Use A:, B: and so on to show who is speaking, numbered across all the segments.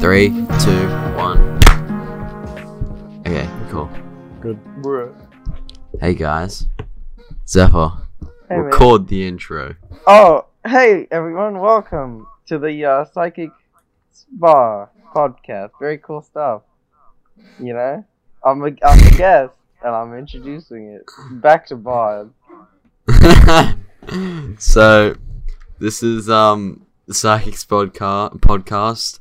A: Three, two, one. Okay, cool.
B: Good.
A: Hey guys, Zephyr,
C: Hey, mate.
A: record the intro.
C: Oh, hey everyone, welcome to the uh, Psychic Spa podcast. Very cool stuff. You know, I'm a, I'm a guest and I'm introducing it. Back to Bard.
A: so, this is um the Psychics podca- podcast,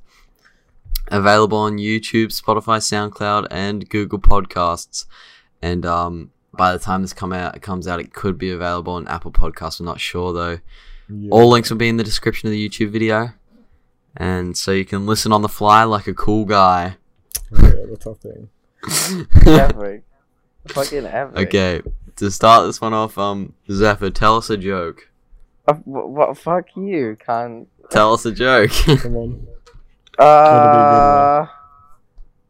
A: available on YouTube, Spotify, SoundCloud, and Google Podcasts. And um, by the time this come out, it comes out, it could be available on Apple Podcasts. We're not sure though.
B: Yeah.
A: All links will be in the description of the YouTube video. And so you can listen on the fly like a cool guy.
B: yeah, that's our thing.
C: Epic. Fucking epic.
A: okay, to start this one off, um, Zephyr, tell us a joke.
C: Uh, what, fuck you, cunt.
A: Tell us a joke.
B: Come on.
C: Uh.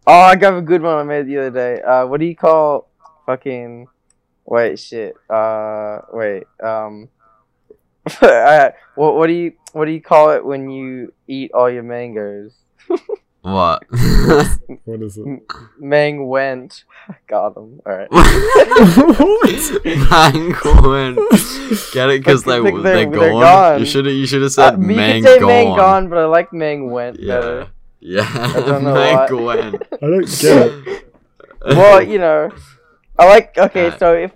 C: Oh, I got a good one I made the other day. Uh, what do you call fucking? Wait, shit. Uh, wait. Um. Alright, what what do you what do you call it when you eat all your mangoes?
A: what?
B: What is it?
C: Mang went. Got him. All right.
A: Mangoin. Get it? Because they, they're,
C: Fucking think they're- they're
A: gone.
C: gone.
A: You should have you should have
C: Uh,
A: said
C: you
A: Mangoin.
C: can say Mang gone, but I like Mang went
A: Yeah.
C: better.
A: Yeah.
C: don't know why.
A: Mangoin.
B: I don't get it.
C: well, you know, I like. Okay,
A: Alright.
C: so if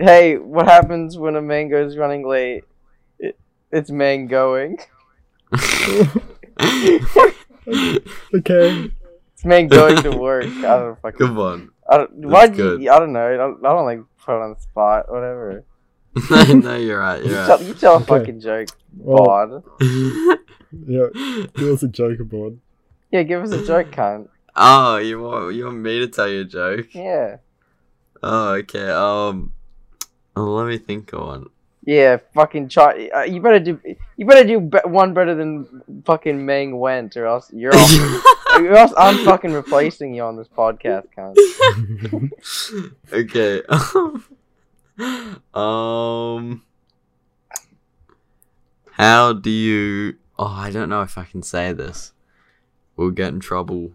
C: hey, what happens when a mango is running late? It, it's mangoing.
B: Okay.
C: It's mangoing to work. I don't fucking.
A: Come on.
C: I don't, why
A: That's
C: do
A: good.
C: you, I don't know. I don't, I don't like put it on the spot. Whatever.
A: no, no, you're right.
C: You
A: You're
C: tell, you tell a
B: Okay.
C: fucking joke,
B: Well,
C: bod.
A: right.
B: yeah, it was a joke board.
C: Yeah, give us a joke, cunt.
A: oh, you want you want me to tell you a joke?
C: Yeah.
A: Oh, okay. Um, oh, let me think of one.
C: Yeah, fucking char. Uh, you better do. You better do be- one better than fucking Mang went, or else you're off. or else I'm fucking replacing you on this podcast, cunt.
A: okay. um, how do you? Oh, I don't know if I can say this. We'll get in trouble.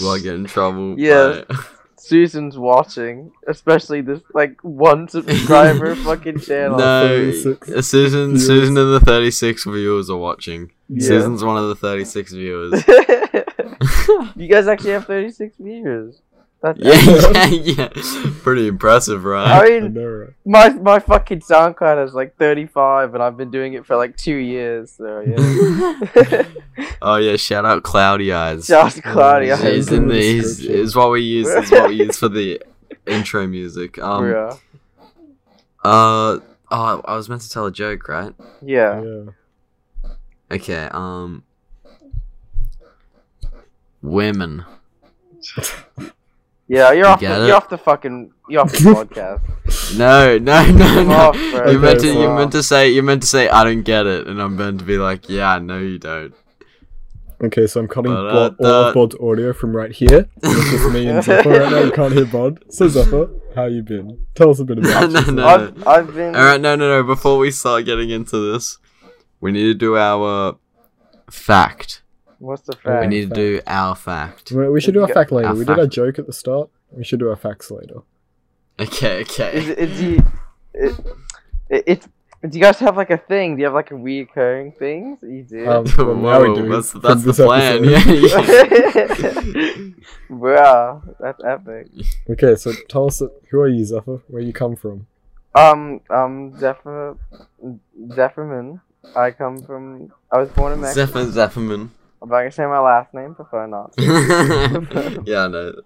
A: We'll get in trouble.
C: Yeah.
A: but-
C: Susan's watching, especially this like one subscriber fucking channel.
A: no,
B: 36
A: Susan,
B: viewers.
A: Susan, and the thirty-six viewers are watching.
B: Yeah.
A: Susan's one of the thirty-six viewers.
C: you guys actually have 36 viewers. That's
A: yeah, yeah, yeah. Pretty impressive, right?
C: I
B: I
C: mean,
B: know, right?
C: my my fucking SoundCloud is like 35, and I've been doing it for like two years. So
B: Oh,
C: yeah.
A: oh yeah, shout out Cloudy Eyes.
C: Just Claudia,
B: Yeah,
A: He's
B: it's in
A: in
B: the
A: the, he's,
B: description.
A: is what we use is what we use for the intro music. Um
C: bruh.
A: uh oh I was meant to tell a joke, right?
C: Yeah.
B: Yeah.
A: Okay, um Women.
C: Yeah, you're off. The,
A: get it?
C: you're off the fucking. You're off the podcast.
A: No, no, no, no.
C: Fuck, bro.
A: you meant to
B: Oh, Okay,
A: you
C: fuck.
A: meant to say you meant to say I don't get it and I'm meant to be like, Yeah, I know you don't.
B: Okay, so I'm cutting
A: But,
B: Bod,
A: uh,
B: all of
A: that-
B: Bod's audio from right here. It's just me and Zephyr right now. We can't hear Bod. So Zephyr, how you been? Tell us a bit
A: no,
B: about.
A: no, no.
C: I've, I've been.
A: Alright, no no no, before we start getting into this, we need to do our fact.
C: What's the
B: We
A: We
C: fact?
A: need to do our fact.
B: We we should do a fact later.
A: Our
B: We did a
A: fact.
B: joke at the start. We should do our facts later.
A: Okay, okay.
C: Is it, is you, it, it, it's, do you guys have like a thing? Do you have like a recurring thing that you do?
B: Um, well, now we
A: Whoa,
B: do.
A: that's
B: from
A: that's the
B: this
A: plan.
B: episode.
A: Yeah, yeah.
C: Bruh, that's epic.
B: Okay, so tell us that, who are you, Zephyr? Where you come from?
C: Um, um, Zephyr, Zephyrman. I come from. I was born in Mexico.
A: Zephyr Zephyrman.
C: I'm not gonna say my last name. Prefer not.
A: yeah, no, it's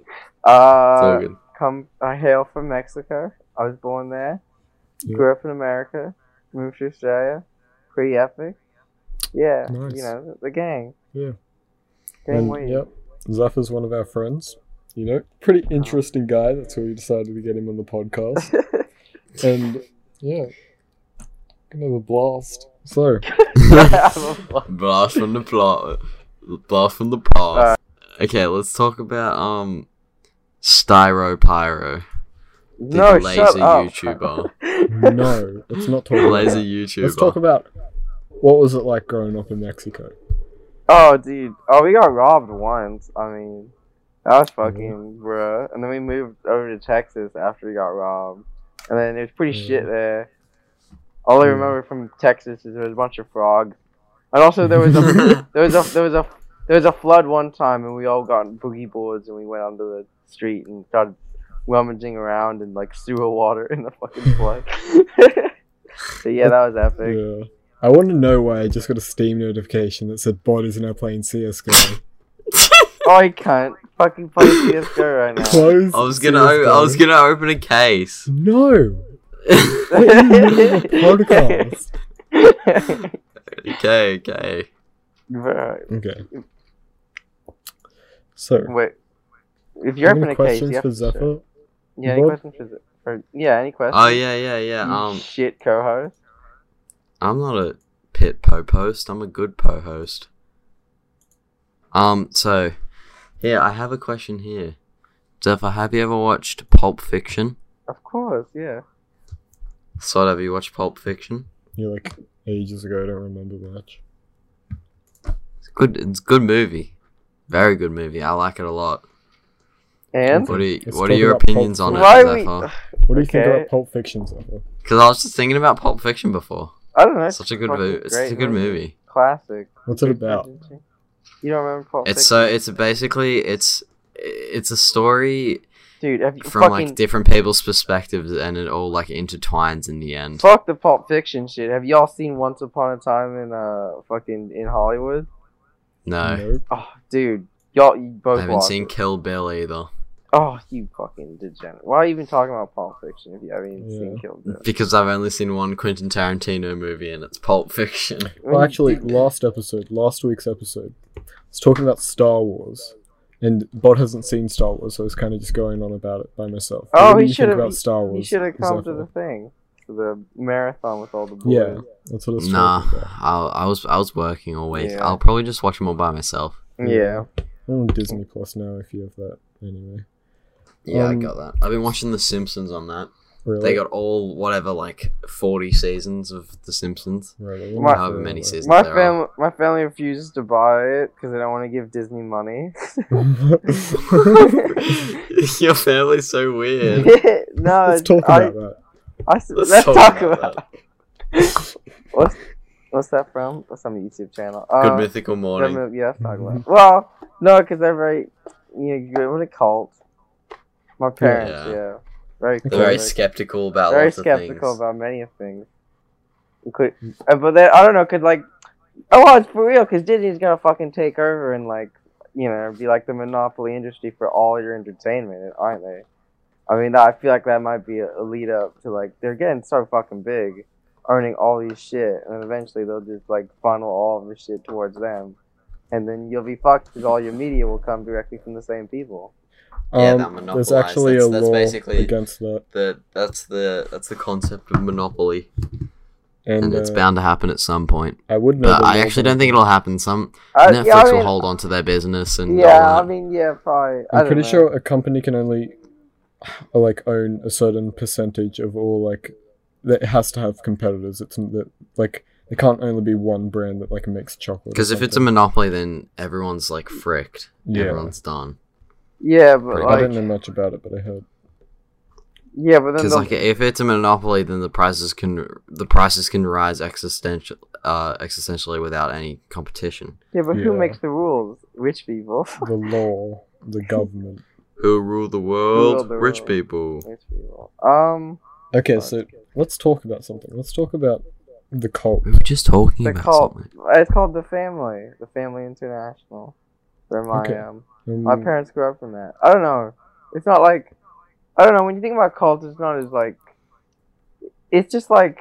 A: all
C: Uh,
A: good.
C: come. I hail from Mexico. I was born there.
B: Yeah.
C: Grew up in America. Moved to Australia. Pretty epic. Yeah,
B: Nice.
C: you know the gang.
B: Yeah.
C: Gang
B: And,
C: weed.
B: Yep. Zephyr's one of our friends. You know, pretty interesting guy. That's why we decided to get him on the podcast. and yeah, gonna have a blast. So,
A: blast from the plot. Blast from the
C: Uh,
A: past. okay, let's talk about um, Styro Pyro, the
C: no,
A: lazy
C: shut up.
A: YouTuber,
B: no, let's not talk about
A: lazy
B: that.
A: YouTuber.
B: Let's talk about What was it like growing up in Mexico?
C: Oh, dude. Oh, we got robbed once. I mean, that was fucking bruh. And then we moved over to Texas after we got robbed. And then it was pretty
B: Yeah.
C: shit there. All I
B: Yeah.
C: remember from Texas is there was a bunch of frogs. And also there was a there was a there was a there was a flood one time and we all got boogie boards and we went onto the street and started rummaging around in like sewer water in the fucking flood. so yeah, that was epic.
B: Yeah. I want to know why I just got a Steam notification that said bot is now playing CSGO.
C: Oh, I can't fucking play CS:GO right now.
B: Close.
A: I was gonna, o- I was gonna open a case.
B: No! What are you doing on the podcast?
A: okay, okay.
C: Bruh,
B: Okay. So,
C: Wait. If you're
B: any
C: opening a case,
B: questions
C: you have
B: for
C: to show-
B: Zephyr?
C: Yeah, any
B: Bob?
C: questions for Zephyr? For, yeah, any questions?
A: Oh yeah, yeah, yeah.
C: You
A: Um,
C: shit co-host.
A: I'm not a pit po host. I'm a good po host. Um, so yeah, I have a question here. Zephyr, have you ever watched Pulp Fiction?
C: Of course, yeah.
A: Sod, have you watched Pulp Fiction?
B: You're like ages ago, I don't remember much.
A: It's good. It's a good movie. Very good movie. I like it a lot.
C: And
A: What are you,
B: Let's
A: what are
B: talk
A: your
B: about Pulp
A: opinions on it,
C: why we?
A: Zephyr?
B: What do you think
C: Okay.
B: about Pulp Fiction, Zephyr?
A: Because I was just thinking about Pulp Fiction before.
C: I don't know.
A: Such a good
C: fucking
A: movie. It's
C: great
A: such a good movie.
C: Classic.
B: What's it about?
C: You don't remember Pulp
A: It's
C: Fiction?
A: so. It's basically. It's. It's a story
C: Dude, have you
A: from
C: fucking
A: like different people's perspectives, and it all like intertwines in the end.
C: fuck the Pulp Fiction shit? Have y'all seen Once Upon a Time in uh fucking in Hollywood?
A: No,
B: Nope.
C: Oh, dude, y'all you both
A: I haven't
C: watch
A: seen
C: it.
A: Kill Bill either
C: Oh, you fucking degenerate! Why are you even talking about Pulp Fiction if you haven't even seen
B: Yeah.
C: Kill Bill?
A: because I've only seen one Quentin Tarantino movie, and it's Pulp Fiction.
B: Well, actually, last episode, last week's episode, it's talking about Star Wars, and Bod hasn't seen Star Wars, so I was kind of just going on about it by myself. But
C: Oh,
B: what do
C: he
B: you think
C: should've-
B: about Star
C: You
B: Wars.
C: should have come to
B: Zephyr?
C: the thing, to the marathon with all the boys.
B: Yeah, that's what it's
A: Nah,
B: talking about.
A: I, I was I was working all week.
C: Yeah.
A: I'll probably just watch them all by myself.
C: Yeah.
B: They're on Disney Plus now, if you have that. Anyway,
A: Yeah, I
B: Um,
A: got that. I've been watching The Simpsons on that.
B: really,
A: They got all whatever like forty seasons of The Simpsons.
B: really,
C: My-
A: However many seasons
C: My
A: there are.
C: family, my family refuses to buy it because they don't want to give Disney money.
A: Your family's so weird.
C: no,
B: Let's talk
C: I,
B: about that.
C: I s- let's, talk, about.
A: that.
C: what's, what's that from? That's some YouTube channel.
A: Good
C: Uh,
A: Mythical
C: that
A: Morning.
C: movie- yeah, let's talk about. it.
B: Mm-hmm.
C: Well, no, because they're very, you know, good with a cult. My parents, yeah,
A: Yeah.
C: very,
A: They're very
C: cult.
A: skeptical about
C: very
A: lots of
C: skeptical
A: things.
C: about many of things. Inclu- uh, but then I don't know, cause like, oh, well, it's for real, cause Disney's gonna fucking take over and like, you know, be like the monopoly industry for all your entertainment, aren't they? I mean, I feel like that might be a, a lead up to like they're getting so fucking big, earning all these shit, and then eventually they'll just like funnel all of this shit towards them, and then you'll be fucked because all your media will come directly from the same people.
A: Yeah, that
B: Um, there's
A: monopolised.
B: actually
A: That's-
B: a
A: that's
B: law
A: basically-
B: against that,
A: The, that's the that's the concept of monopoly,
B: and,
A: and, it's
B: uh,
A: bound to happen at some point.
B: I would know.
A: But
B: the
A: I
B: law,
A: actually
B: but
A: don't think it'll happen. Some Netflix
C: I, Uh, yeah, I mean,
A: will hold on to their business and all
C: Yeah, I
A: that.
C: mean, yeah, probably. I
B: I'm
C: don't
B: pretty
C: know.
B: sure a company can only uh, like own a certain percentage of all like that it has to have competitors. It's n- that like there can't only be one brand that like makes chocolate. or
A: Because if it's a
B: something.
A: monopoly, then everyone's like fricked.
B: Yeah.
A: Everyone's done.
C: Yeah, but
A: Pretty
B: I
C: like,
B: don't know much about it, but I heard
C: yeah, but then
A: Because
C: they'll-
A: like if it's a monopoly, then the prices can the prices can rise existential uh existentially without any competition.
C: yeah, but who
B: yeah.
C: makes the rules? Rich people.
B: the law, the government.
A: Who rule the world?
C: the
A: Rich
C: world.
A: people.
C: Rich people. Um,
B: Okay, so let's talk about something. Let's talk about the cult.
A: We were just talking
C: the
A: about
C: cult.
A: something.
C: It's called the Family. The Family International. Where my
B: Okay.
C: um,
B: Um,
C: my parents grew up from that. I don't know. It's not like, I don't know. When you think about cults, it's not as like, it's just like,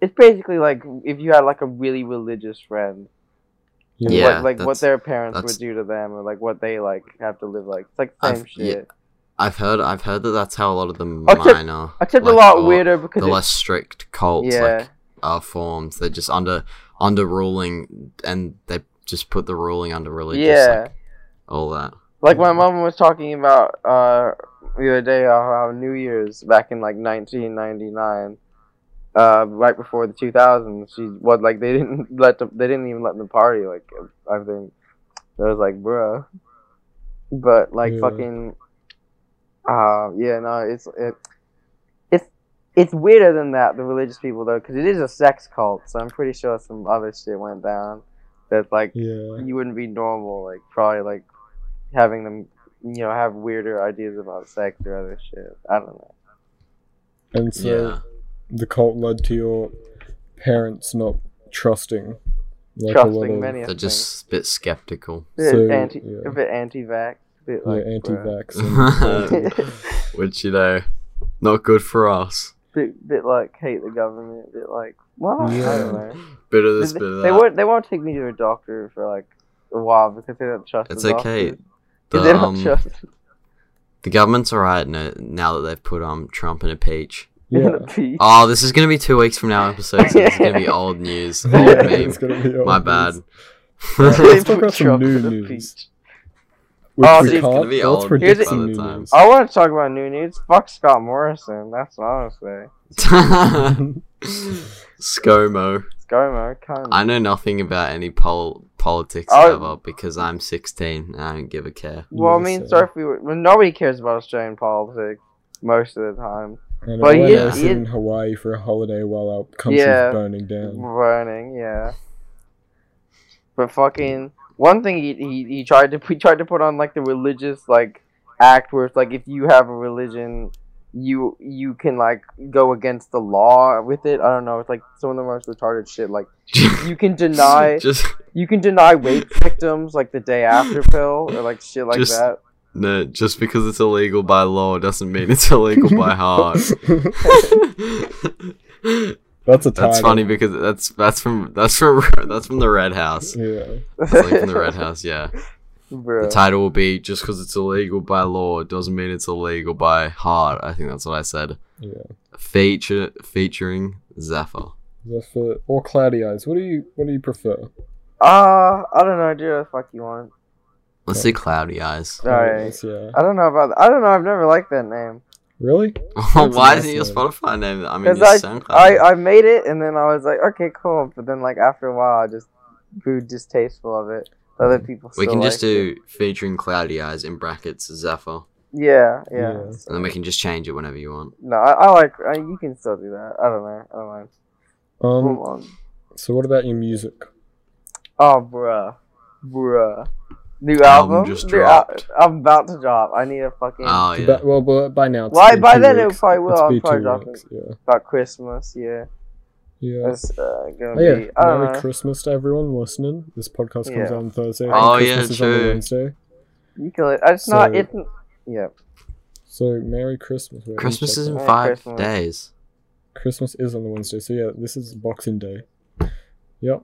C: it's basically like if you had like a really religious friend.
B: you know,
A: Yeah.
C: Like, like what
A: that's-
C: their parents
A: that's-
C: would do to them, or like what they like have to live like. It's like the
A: I've-
C: same
A: yeah.
C: shit.
A: I've heard I've heard that that's how a lot of the
C: Except-
A: minor
C: Except a
A: like,
C: lot
A: or
C: weirder because
A: the
C: it's
A: less strict cults like are formed. They're just under under ruling and they just put the ruling under religious
C: yeah.
A: like, all that.
C: Like my mom was talking about uh, the other day uh, how New Year's back in like 1999, uh, right before the 2000s, she was like they didn't let them, they didn't even let them party. Like I think I was like, bruh. But like
B: Yeah.
C: fucking, uh, yeah, no, it's it, it's it's weirder than that. The religious people though, because it is a sex cult, so I'm pretty sure some other shit went down. That's like
B: Yeah.
C: you wouldn't be normal, like probably like having them, you know, have weirder ideas about sex or other shit. I don't know.
B: And so
A: yeah.
B: the cult led to your parents not trusting. Like a lot
C: Trusting
B: of,
C: many of
A: They're
C: things.
A: just a bit skeptical.
C: bit
B: so,
C: anti,
B: yeah.
C: a bit anti-vax, a bit
B: Yeah,
C: like bruh.
B: anti-vax. and-
A: Which, you know, not good for us.
C: bit, bit like hate the government, bit like well, I
B: Yeah.
C: don't know.
A: Bit of this,
C: They,
A: bit uh, of that.
C: they won't, they won't take me to a doctor for like a while because they don't trust.
A: it's
C: the
A: okay.
C: doctors. 'Cause they
A: The,
C: don't
A: um,
C: trust
A: the government's alright now, now that they've put um Trump in a peach.
B: yeah.
C: the peace.
A: Oh, this is gonna be two weeks from now episode, so it's gonna be old news. Old
B: Yeah,
A: meme.
B: it's gonna be
A: My
B: old
A: bad.
B: news.
C: They
B: Let's talk
C: put
B: about some
C: Trump
B: new
C: in a
B: news.
C: peach.
B: Which
C: Oh,
B: we
C: dude, it's
A: gonna
B: can't,
A: be
B: but
A: old
B: let's predict
C: by
B: some
A: the
B: new
A: time.
B: news.
C: I want to talk about new news. Fuck Scott Morrison. That's what I want to say.
A: ScoMo.
C: ScoMo, kind
A: I know nothing about any pol- politics
C: Oh.
A: ever because I'm 16 and I don't give a care.
C: Well, I
B: Yeah,
C: mean,
B: so-
C: Sophie, well, nobody cares about Australian politics most of the time.
B: And
C: But
B: but
C: he
B: yeah,
A: is-
B: I
C: he
B: sit
C: is-
B: in Hawaii for a holiday while our country's
C: Yeah.
B: burning down.
C: Burning, yeah. But fucking one thing he, he he tried to he tried to put on like the religious like act where it's like if you have a religion you you can like go against the law with it. I don't know. It's like some of the most retarded shit. Like you can deny
A: just
C: you can deny rape victims like the day after pill or like shit like
A: Just-
C: that.
A: no, just because it's illegal by law doesn't mean it's illegal by heart.
B: That's a title.
A: that's funny because that's that's from that's from that's from the Red House.
B: Yeah.
A: It's like from the Red House, yeah. The
C: Bro.
A: title will be just because it's illegal by law doesn't mean it's illegal by heart. I think that's what I said.
B: Yeah.
A: Feature featuring Zephyr.
B: Is that for- or cloudy eyes. What do you what do you prefer?
C: Uh, I don't know, dude. What the fuck you want?
A: Let's see cloudy eyes.
B: Cloudy
C: Alright.
B: Eyes, yeah.
C: I don't know about. I don't know. I've never liked that name.
B: Really? That's a
A: Oh, Why isn't your
B: nice
A: Spotify name? that- I mean,
C: Because
A: your SoundCloud.
C: I,
A: name?
C: I made it and then I was like, okay, cool. But then like after a while, I just grew distasteful of it. Other people.
A: Mm. we
C: still
A: can just
C: liked it.
A: do featuring cloudy eyes in brackets Zephyr,
C: Yeah, yeah.
B: Yeah.
A: and then we can just change it whenever you want.
C: No, I, I like. I, you can still do that. I don't know. I don't mind. Move
B: Um
C: on.
B: so what about your music?
C: Oh, bruh, bruh. New
A: Album
C: album.
A: just
C: New al-
A: dropped.
C: I'm about to drop. I need a fucking
A: Oh
B: It's
A: yeah,
B: about- well by, by now it's
C: Why-
B: been
C: by
B: two
C: then it
B: weeks.
C: probably will,
B: It's
C: I'll
B: been
C: probably
B: two
C: drop
B: weeks, Yeah.
C: about Christmas. Yeah,
B: Yeah.
C: that's uh, gonna
B: Oh yeah,
C: be. I don't
B: Merry
C: know.
B: Christmas to everyone listening. This podcast comes
C: Yeah.
B: out on Thursday.
A: Oh,
B: and
A: yeah,
B: Christmas is on a
A: true.
B: Wednesday.
C: you can. li- It's not.
B: So-
C: It's. n- Yeah.
B: So Merry Christmas. Wait, let me
A: Christmas
B: check
A: is in
B: that.
C: Merry
A: five
C: Christmas.
A: days.
B: Christmas is on the Wednesday. So yeah, this is Boxing Day. Yep.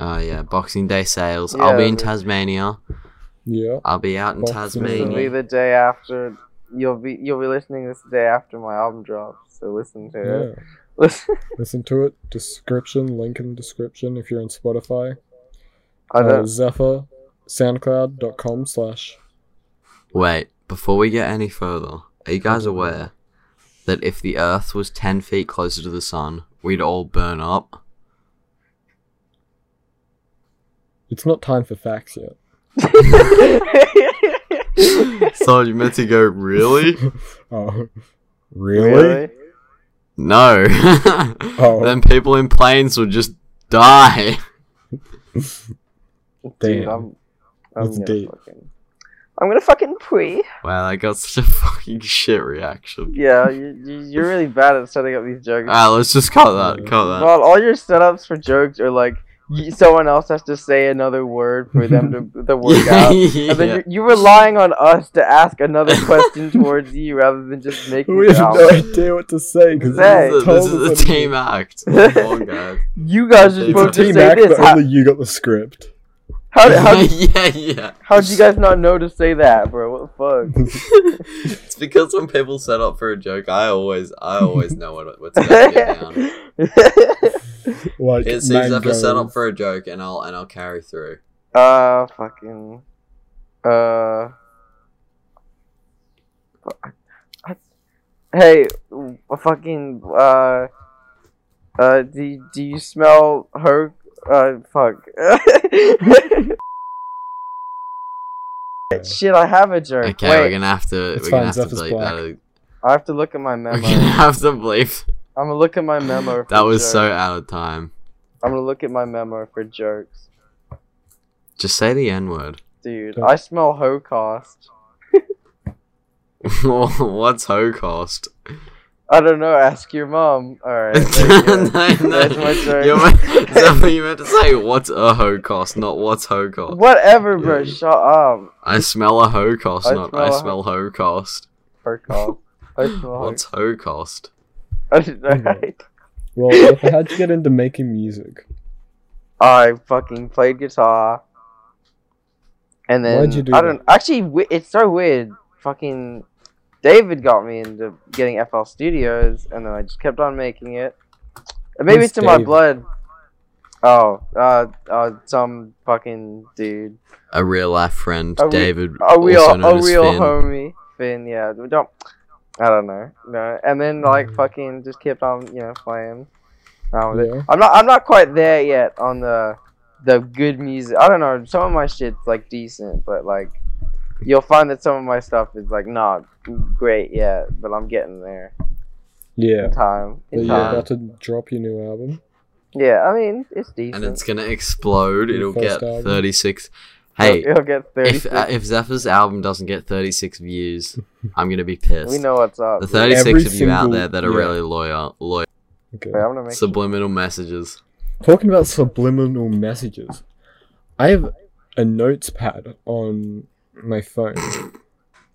A: Oh yeah, Boxing Day sales. I'll be
C: Yeah,
A: in
C: the-
A: Tasmania.
B: Yeah.
A: I'll be out in
B: Boxing Day.
C: This will be
A: Tasmania.
C: the day after. You'll be you'll be listening this the day after my album drops. So listen to
B: Yeah.
C: it. Listen.
B: Listen to it. Description, link in the description if you're on Spotify.
C: I
B: Uh,
C: don't.
B: Zephyr, soundcloud.com slash.
A: Wait, before we get any further, are you guys aware that if the Earth was ten feet closer to the sun, we'd all burn up?
B: It's not time for facts yet.
A: so you meant to go really?
B: Oh.
C: really?
A: No.
B: Oh.
C: Oh.
A: Then people in planes would just die.
C: Dude,
B: Damn.
C: I'm, I'm
B: That's
C: gonna
B: deep.
C: fucking. I'm gonna fucking pee.
A: Wow, I got such a fucking shit reaction.
C: Yeah, you, you, you're really bad at setting up these jokes.
A: Alright, let's just cut that. Cut that.
C: Well, all your setups for jokes are like y someone else has to say another word for them to the work out. And then
A: yeah.
C: you're, you're relying on us to ask another question towards you rather than just making
B: We
C: it
B: have
C: out.
B: no idea what to say because
C: Hey.
A: This is a, this is a team act. Come on, guys.
C: You guys are
A: It's
B: It's a
A: Well,
C: supposed to
B: team
C: say
B: act,
C: this.
B: but
C: How,
B: only you got the script.
C: how, how,
A: yeah, yeah.
C: how'd you guys not know to say that, bro? What the fuck?
A: it's because when people set up for a joke, I always, I always know what, what's about to get down.
B: Like,
A: It seems I've set
B: mango.
A: up for a joke, and I'll and I'll carry through.
C: uh, fucking. Uh. fuck. Hey, w- fucking. Uh. Uh, do, do you smell her? Uh, fuck. Shit, I have a joke.
A: Okay,
C: Wait,
A: we're gonna have to.
B: It's
A: we're gonna
B: fine,
A: have to
B: Zephyr's
A: bleep
B: black.
A: that.
C: I have to look at my
A: We're
C: memo.
A: gonna have to bleep.
C: I'm gonna look at my memo. For
A: That was
C: jokes.
A: so out of time.
C: I'm gonna look at my memo for jokes,
A: Just say the N word.
C: dude.
B: Don't-
C: I smell hocast.
A: What's ho cost?
C: I don't know. Ask your mom. All right. there
A: no,
C: you go.
A: no.
C: That's my joke.
A: You're meant, Zephyr, you meant to say what's a ho cost, not what's ho cost.
C: Whatever, bro. Shut up.
A: I smell a ho cost,
C: I
A: not
C: smell
A: I
C: a ho-
A: smell ho cost.
C: Hocast. I smell.
A: What's ho cost?
C: All right.
B: Well, if I had to get into making music,
C: I fucking played guitar. And then
B: Why'd you do
C: I don't actually. wi- It's so weird. Fucking David got me into getting FL Studios, and then I just kept on making it. And maybe
B: Who's
C: it's in my
B: David?
C: blood. Oh, uh, uh, some fucking dude.
A: A real life friend,
C: Are we-
A: David,
C: A real,
A: also known
C: a
A: as
C: real
A: Finn.
C: homie. Finn, yeah. We don't. I don't know. No. And then
B: Mm.
C: like fucking just kept on, you know, playing. Um,
B: yeah,
C: I'm not I'm not quite there yet on the the good music. I don't know. Some of my shit's like decent, but like you'll find that some of my stuff is like not great yet. But I'm getting there
B: yeah.
C: in time.
B: But
C: In
B: you're
A: Yeah.
C: time.
B: about to drop your new album.
C: Yeah, I mean it's decent.
A: and it's gonna explode.
B: Your
A: It'll
B: first
A: get
B: album.
A: 36.
C: It'll-
A: Hey,
C: it'll, get thirty.
A: if uh, if Zephyr's album doesn't get 36 views, I'm gonna be pissed.
C: we know what's up.
A: uh, the
C: dude.
A: 36
B: Every
A: of you out
B: single-
A: there that are
B: yeah.
A: really loyal, loyal
B: Okay.
C: Wait, I'm gonna make.
A: subliminal messages.
B: Talking about subliminal messages, I have a notepad on my phone.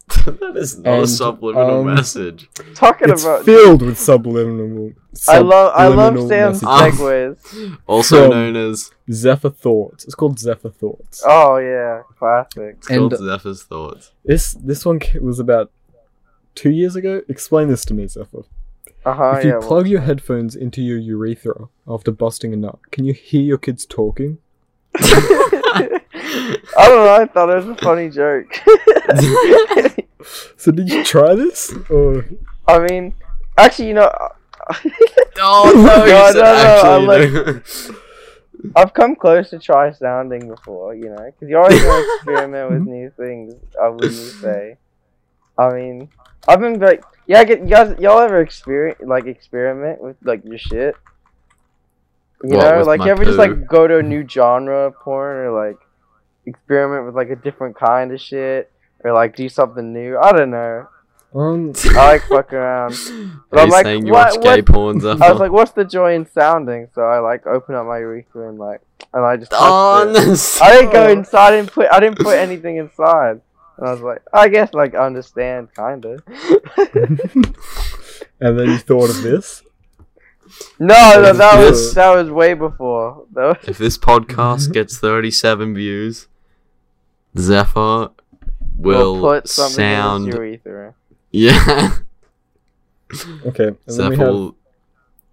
A: that is not a
B: And,
A: subliminal
B: um,
A: message.
C: talking
B: it's
C: about.
B: filled with subliminal.
C: I love I love
B: subliminal
C: Sam's
A: messages.
C: segues.
A: Also
B: from-
A: known as
B: Zephyr Thoughts. It's called Zephyr Thoughts.
C: Oh yeah, classic.
A: it's called
B: And-
A: Zephyr's thoughts.
B: This this one ca- was about two years ago. Explain this to me, Zephyr.
C: Uh huh.
B: if you
C: Yeah. well-
B: plug your headphones into your urethra after busting a nut, can you hear your kids talking?
C: I don't know. I thought it was a funny joke.
B: So did you try this? Or
C: I mean, actually, you know,
A: Oh no,
C: No, no,
A: you said
C: no, I
A: actually no.
C: I've come close to try sounding before, you know, because you always want to experiment with new things. I wouldn't say. I mean, I've been like, yeah, I get, you guys, y'all ever experience like experiment with like your shit? You
A: What,
C: know,
A: with
C: like
A: my
C: you ever just
A: poo?
C: like go to a new genre of porn or like experiment with like a different kind of shit or like do something new? I don't know.
B: um,
C: I like fuck around.
A: Are
C: But I'm
A: you
C: like,
A: saying you
C: what-
A: watch gay
C: what-
A: porn, Zephyr?
C: I was like, what's the joy in sounding? So I like open up my urethra and like, and I just. touched
A: oh,
C: it.
A: no.
C: I didn't
B: Oh.
C: go inside. I didn't put. I didn't put anything inside. And I was like, I guess like understand, kinda.
B: and then you thought of this.
C: No, no, that was
B: Yes.
C: that was way before. That was-
A: If this podcast
C: Mm-hmm.
A: gets 37 views, Zephyr will
C: we'll put something in his
A: sound.
C: urethra.
A: Yeah.
B: Okay, and then
A: Zephyr
B: we have
A: will.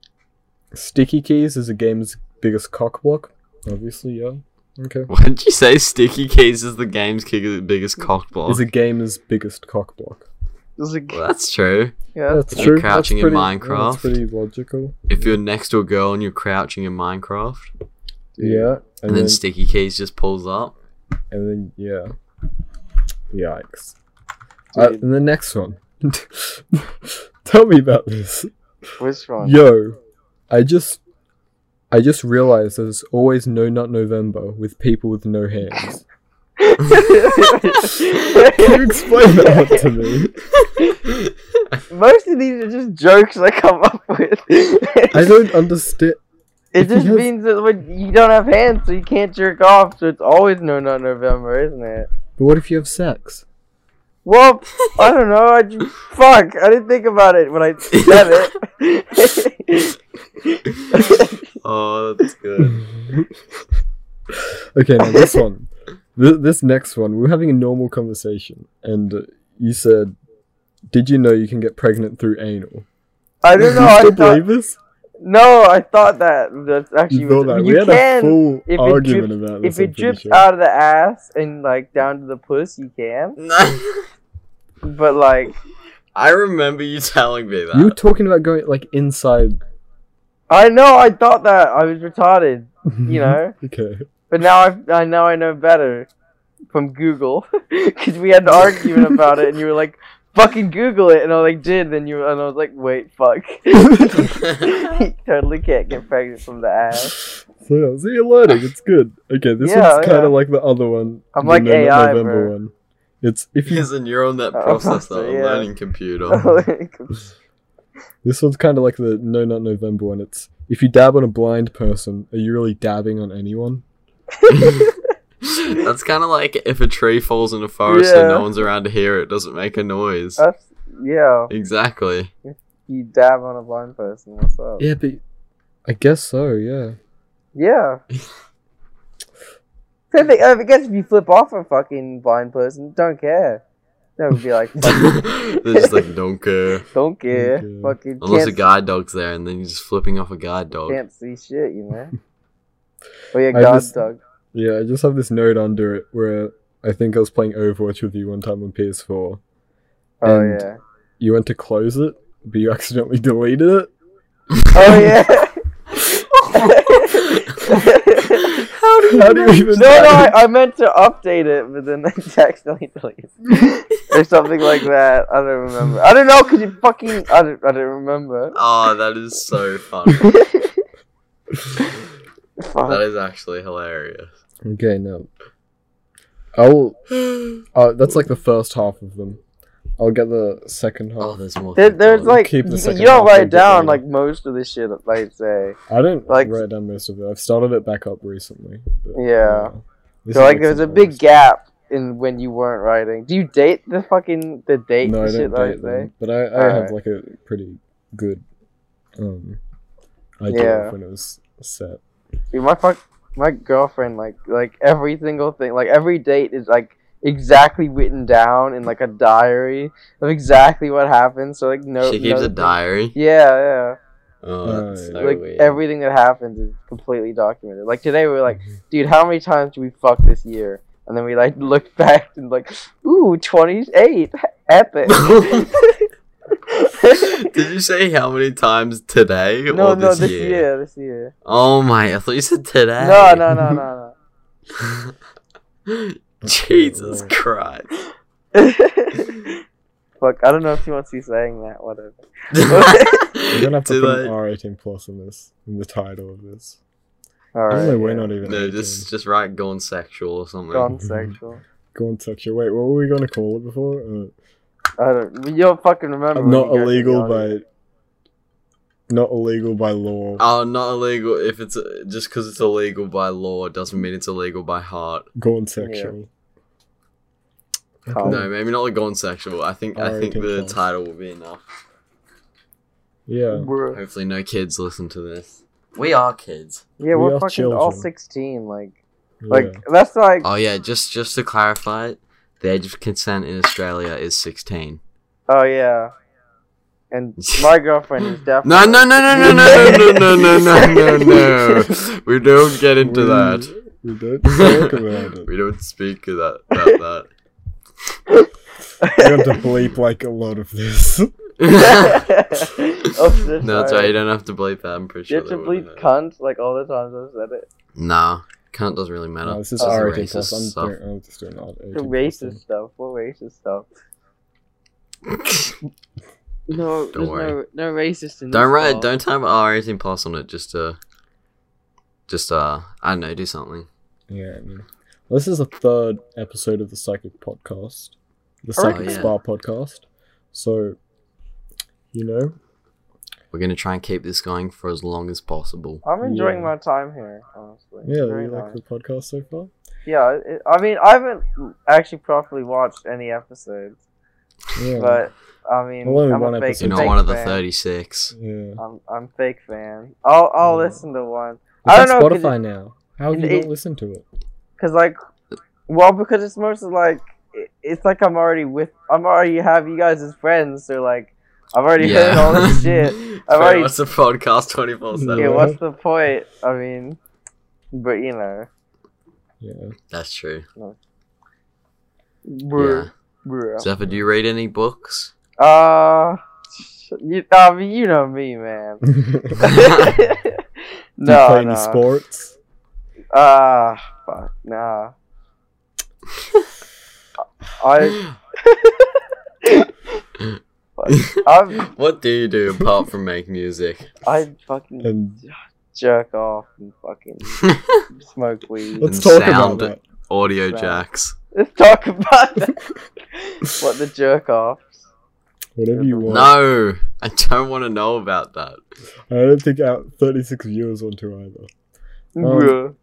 B: Sticky Keys is the game's biggest cock block. Obviously, yeah. Okay.
A: Why did you say Sticky Keys is the game's ki- biggest cock block?
B: Is a game's biggest cock block.
C: It was like,
A: Well, that's true.
C: yeah,
B: that's
A: You're
B: true.
A: crouching in
B: that's pretty,
A: Minecraft.
B: That's pretty logical.
A: If you're next to a girl and you're crouching in Minecraft,
B: Yeah.
A: and, then, Sticky Keys just pulls up.
B: And then yeah. Yikes. Uh,
C: Dude.
B: and the next one. Tell me about this.
C: which one?
B: Yo, I just I just realized there's always no nut November with people with no hands. Can you explain that one to me?
C: Most of these are just jokes I come up with.
B: I don't understand.
C: It
B: If he
C: just
B: has-
C: means that when you don't have hands, so you can't jerk off. So it's always no, not November, isn't it?
B: But what if you have sex?
C: Well, I don't know. I ju- fuck. I didn't think about it when I said it.
A: oh, that's good.
B: Okay, now this one. Th- this next one, we were having a normal conversation, and uh, you said, "Did you know you can get pregnant through anal?"
C: I don't know.
B: you
C: I
B: still
C: thought
B: believe this?
C: no. I thought that. That's actually
B: You thought
C: was-
B: that
C: you
B: we had a
C: can.
B: full
C: if it
B: argument about this.
C: if it
B: I'm pretty
C: drips
B: sure.
C: out of the ass and like down to the puss, you can.
A: No,
C: But like,
A: I remember you telling me that.
B: you were talking about going like inside
C: I know. I thought that I was retarded,
B: Mm-hmm.
C: you know.
B: Okay.
C: But now I I now I know better from Google because we had an argument about it, and you were like, "Fucking Google it," and I was like, "Did?" Then you and I was like, "Wait, fuck." you totally can't get pregnant from the ass.
B: So yeah, see you learning. It's good. Okay, this
C: Yeah,
B: one's kind
C: yeah.
B: of like the other one.
C: I'm
B: the
C: like
B: Nov-
C: AI,
B: November
C: bro.
B: one. It's if you.
A: Here's a neuron that
C: Oh,
A: processed that
C: yeah. Oh.
A: learning
B: Oh.
A: computer.
C: That's
B: This one's kind of like the no, not November one. It's if you dab on a blind person, are you really dabbing on anyone?
A: That's kind of like if a tree falls in a forest and no
C: Yeah. Uh,
A: one's around to hear it, doesn't make a noise.
C: yeah.
A: exactly.
C: You dab on a blind person. What's up?
B: Yeah, but I guess so. Yeah.
C: Yeah. Same thing. I guess if you flip off a fucking blind person, don't care. They would be like, fuck,
A: They're just like don't care.
C: don't care.
B: Okay.
C: Fucking
A: Unless a
C: can't,
A: guide dog's there, and then you're just flipping off a guide dog.
C: can't see shit, you know. Or your
B: I
C: guard
B: just-
C: dog.
B: Yeah, I just have this note under it where I think I was playing Overwatch with you one time on PS4.
C: Oh
B: and-
C: yeah.
B: You went to close it, but you accidentally deleted it.
C: Oh yeah.
A: How do you?
B: How do you even?
C: no, no, I, I meant to update it, but then I accidentally deleted it. or something like that. I don't remember. I don't know because you fucking. I don't. I don't remember.
A: Oh, that is so funny. that
C: Fuck.
A: is actually hilarious.
B: Okay, no. I'll. Uh, that's like the first half of them. I'll get the second half.
A: Oh, there's more.
C: There,
A: good
C: there's
A: ones.
C: like you,
B: keep the
C: you
B: second
C: don't
B: half
C: write
B: and get rid
C: down
B: of
C: like
B: it.
C: most of the shit that they say.
B: I don't
C: Like-
B: write down most of it. I've started it back up recently. but,
C: Yeah.
B: uh, this
C: So
B: is
C: like there was a
B: some
C: big
B: old
C: gap in when you weren't writing. Do you date the fucking the
B: stuff.
C: date
B: No,
C: the
B: I
C: shit
B: don't
C: that
B: date
C: they?
B: them, but I, I
C: Alright.
B: have like a pretty good um idea
C: Yeah.
B: of when it was set.
C: Dude, my fuck, my girlfriend like like every single thing like every date is like exactly written down in like a diary of exactly what happened. So like no,
A: she keeps
C: no
A: a diary.
C: Yeah, yeah.
A: Oh, that's so
B: Alright.
C: like
A: weird.
C: everything that happens is completely documented. Like today we were like, dude, how many times do we fuck this year? And then we like look back and like, ooh, twenty eight, epic.
A: Did you say how many times today
C: no,
A: or
C: no,
A: this,
C: this
A: year?
C: year, this year.
A: Oh my! I thought you said today.
C: No, no, no, no,
A: Jesus Christ!
C: no. Fuck, I don't know if she wants you saying that. Whatever.
B: We're gonna have to
A: Too
B: put
A: late.
B: an R eighteen plus in this in the title of this.
C: All right.
B: I don't know, we're
C: yeah.
B: not even.
A: No,
B: 18.
A: just just write gone sexual or something.
C: Gone sexual.
B: Go on, sexual. Wait, what were we gonna call it before? Uh,
C: I don't. You don't fucking remember.
B: I'm
C: when
B: not
C: you go to the
B: illegal
C: audience.
B: by. Not illegal by law.
C: Ah.
A: Oh, not illegal. If it's uh, just because it's illegal by law, it doesn't mean it's illegal by heart.
B: Gone sexual.
C: Oh.
A: No, maybe not the gone sexual. I think I
B: Oh,
A: think
B: okay,
A: the
B: fine.
A: title will be enough. um,
B: Yeah.
C: Bruh.
A: Hopefully, no kids listen to this. We are kids.
C: Yeah,
B: We
C: we're
B: are
C: fucking all
B: children.
C: sixteen. Like,
B: yeah.
C: like that's like.
A: Oh yeah, just just to clarify, the age of consent in Australia is sixteen.
C: Oh yeah. And my girlfriend is definitely
A: No, no, no, no, no, no, no, no, no, no, no, no. We don't get into
B: We-
A: that.
B: We don't talk about it.
A: we don't speak of that. About
B: We're going to bleep like a lot of this.
A: that.
C: Oh, shit,
A: no, that's
C: sorry.
A: right. You don't have to bleep that. I'm pretty sure.
C: You have to
A: they would've
C: bleep
A: heard.
C: cunt like all the times I've said it.
A: Nah, cunt doesn't really matter.
B: No, this is
A: This is
B: R
A: racist
B: rated plus. I'm,
A: stuff.
B: doing, I'm just doing R rated.
C: The racist stuff. What racist stuff? No,
A: Don't there's worry.
C: no, no racist in
A: Don't write. Don't type R eighteen plus on it. Just uh, just uh, I don't know. Do something.
B: Yeah. I mean. Well, this is the third episode of the Psychic Podcast, the
C: Oh,
B: Psychic
A: yeah.
B: Spa Podcast. So, you know,
A: We're gonna try and keep this going for as long as possible.
C: I'm enjoying
B: Yeah.
C: my time here, honestly.
B: yeah,
C: Very
B: we like
C: nice.
B: the podcast so far.
C: yeah. It, I mean, I haven't actually properly watched any episodes,
B: Yeah.
C: but I mean,
B: Well, only
C: I'm
B: one
C: a fake,
B: episode.
A: You're not
C: fake
A: one of the
C: fan.
A: thirty six.
B: yeah.
C: I'm I'm fake fan. I'll I'll
B: Yeah.
C: listen to one.
B: It's
C: I
B: on
C: don't know, 'cause
B: Spotify now. How have
C: it-
B: you
C: it-
B: not listened to it?
C: Cause like, well, because it's mostly like it- it's like I'm already with I'm already have you guys as friends, so like I've already heard all this shit.
A: I've
C: already-
A: already. What's the podcast twenty four
C: Yeah,
B: Yeah.
A: seven?
C: what's the point? I mean, but you know,
B: Yeah.
A: That's true.
C: bruh,
A: Yeah.
C: bruh.
A: Zephyr, do you read any books?
C: Uh, You, I mean, you know me, man.
B: Do you
C: no,
B: play
C: no.
B: any sports?
C: Ah, fuck, nah. I, I,
A: what do you do apart from make music?
C: I fucking
B: And
C: jerk off and fucking smoke weed.
B: let's
A: And
B: talk about
A: sound.
B: that.
A: Audio
C: Right.
A: jacks.
C: Let's talk about that. what the jerk off?
B: Whatever you want.
A: No, I don't want to know about that.
B: I don't think our 36 viewers want to either. Um,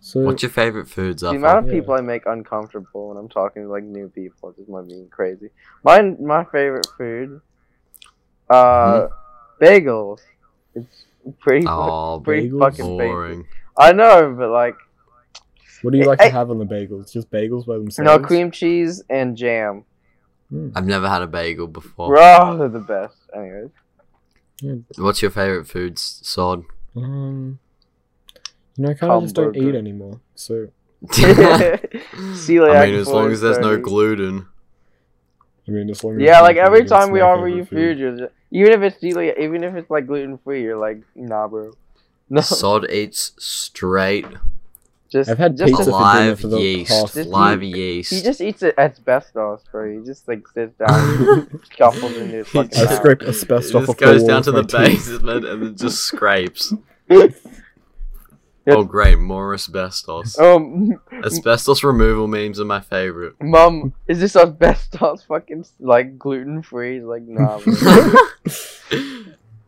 B: So
A: What's your favorite foods,
C: the amount
A: Zafar?
C: of people I make uncomfortable when I'm talking to like new people is just my being crazy. My my favorite food, uh, bagels. It's pretty. fuck-
A: Hmm? Oh,
C: pretty
B: bagels?
C: fucking basic.
A: boring.
C: I know, but like
B: what do you like
C: I-
B: to have on the bagels? Just bagels by themselves?
C: no cream cheese and jam.
B: Mm.
A: I've never had a bagel before.
C: Raw, they're the best. Anyways,
A: What's your favorite foods, Sod?
B: Um, you know, I kind of just don't eat
C: Hamburger.
B: anymore. So
A: I
C: celiac.
A: mean, as long as there's no
C: 430.
A: gluten.
B: I mean, as long as
C: Yeah,
B: it's
C: like
B: not
C: every
B: gluten, it's
C: time we
B: my
C: offer
B: favorite
C: you food, you're just, even if it's celiac, even if it's like gluten free, you're like, nah, bro. No,
A: Sod eats straight
C: just
B: I've had
C: just
B: pizza for dinner
A: live
B: for the
A: yeast.
B: past-
C: Just
A: Live
C: eat- He
A: yeast.
C: just eats it asbestos, bro. He just like sits down, scuffles into his
A: He
C: fucking
B: I
A: just-
C: mouth.
B: scraped asbestos
A: it
B: off
A: just
B: the
A: goes
B: wall
A: down
B: with
A: to
B: my
A: the
B: teeth.
A: basement and it just scrapes.
C: Yeah.
A: Oh, great, more asbestos.
C: Um,
A: Asbestos removal memes are my favorite.
C: mum, is this asbestos fucking like gluten free? Like, nah, bro.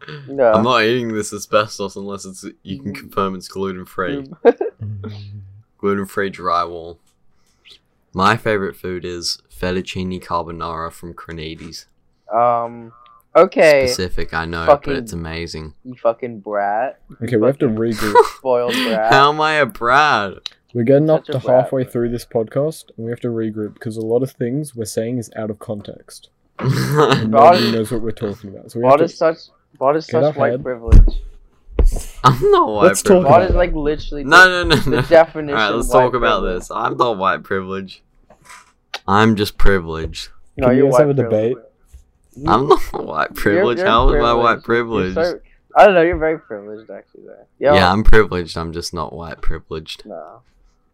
A: I'm
C: no.
A: not eating this asbestos unless it's you can confirm it's gluten free. Gluten free drywall. My favorite food is fettuccine carbonara from Cronides.
C: Um, okay,
A: Specific, I know,
C: Fucking-
A: but it's amazing.
C: you fucking brat,
B: Okay, we have to regroup.
C: spoiled brat.
A: How am I a brat?
B: We're getting up
C: Such a
B: to halfway
C: brat.
B: through this podcast, and we have to regroup because a lot of things we're saying is out of context. And
C: Rod-
B: nobody knows what we're talking about. So we have
C: What
B: to,
C: is such? What is
B: Get
C: such
B: off
C: white
B: head.
C: privilege?
A: I'm not white
B: Let's talk
A: privilege.
C: What is like literally
A: No, no, no,
C: the
A: no.
C: definition?
A: Alright, let's
C: of white
A: talk about
C: privilege.
A: this. I'm not white privilege. I'm just privileged.
C: No,
B: Can you
C: you're
B: guys have
C: white
B: a debate?
C: privilege.
A: I'm not white privilege.
C: you're
A: How is my white
C: You're
A: privilege?
C: so- I don't know. You're very privileged, actually. There. Yo,
A: Yeah, I'm privileged. I'm just not white privileged.
C: No,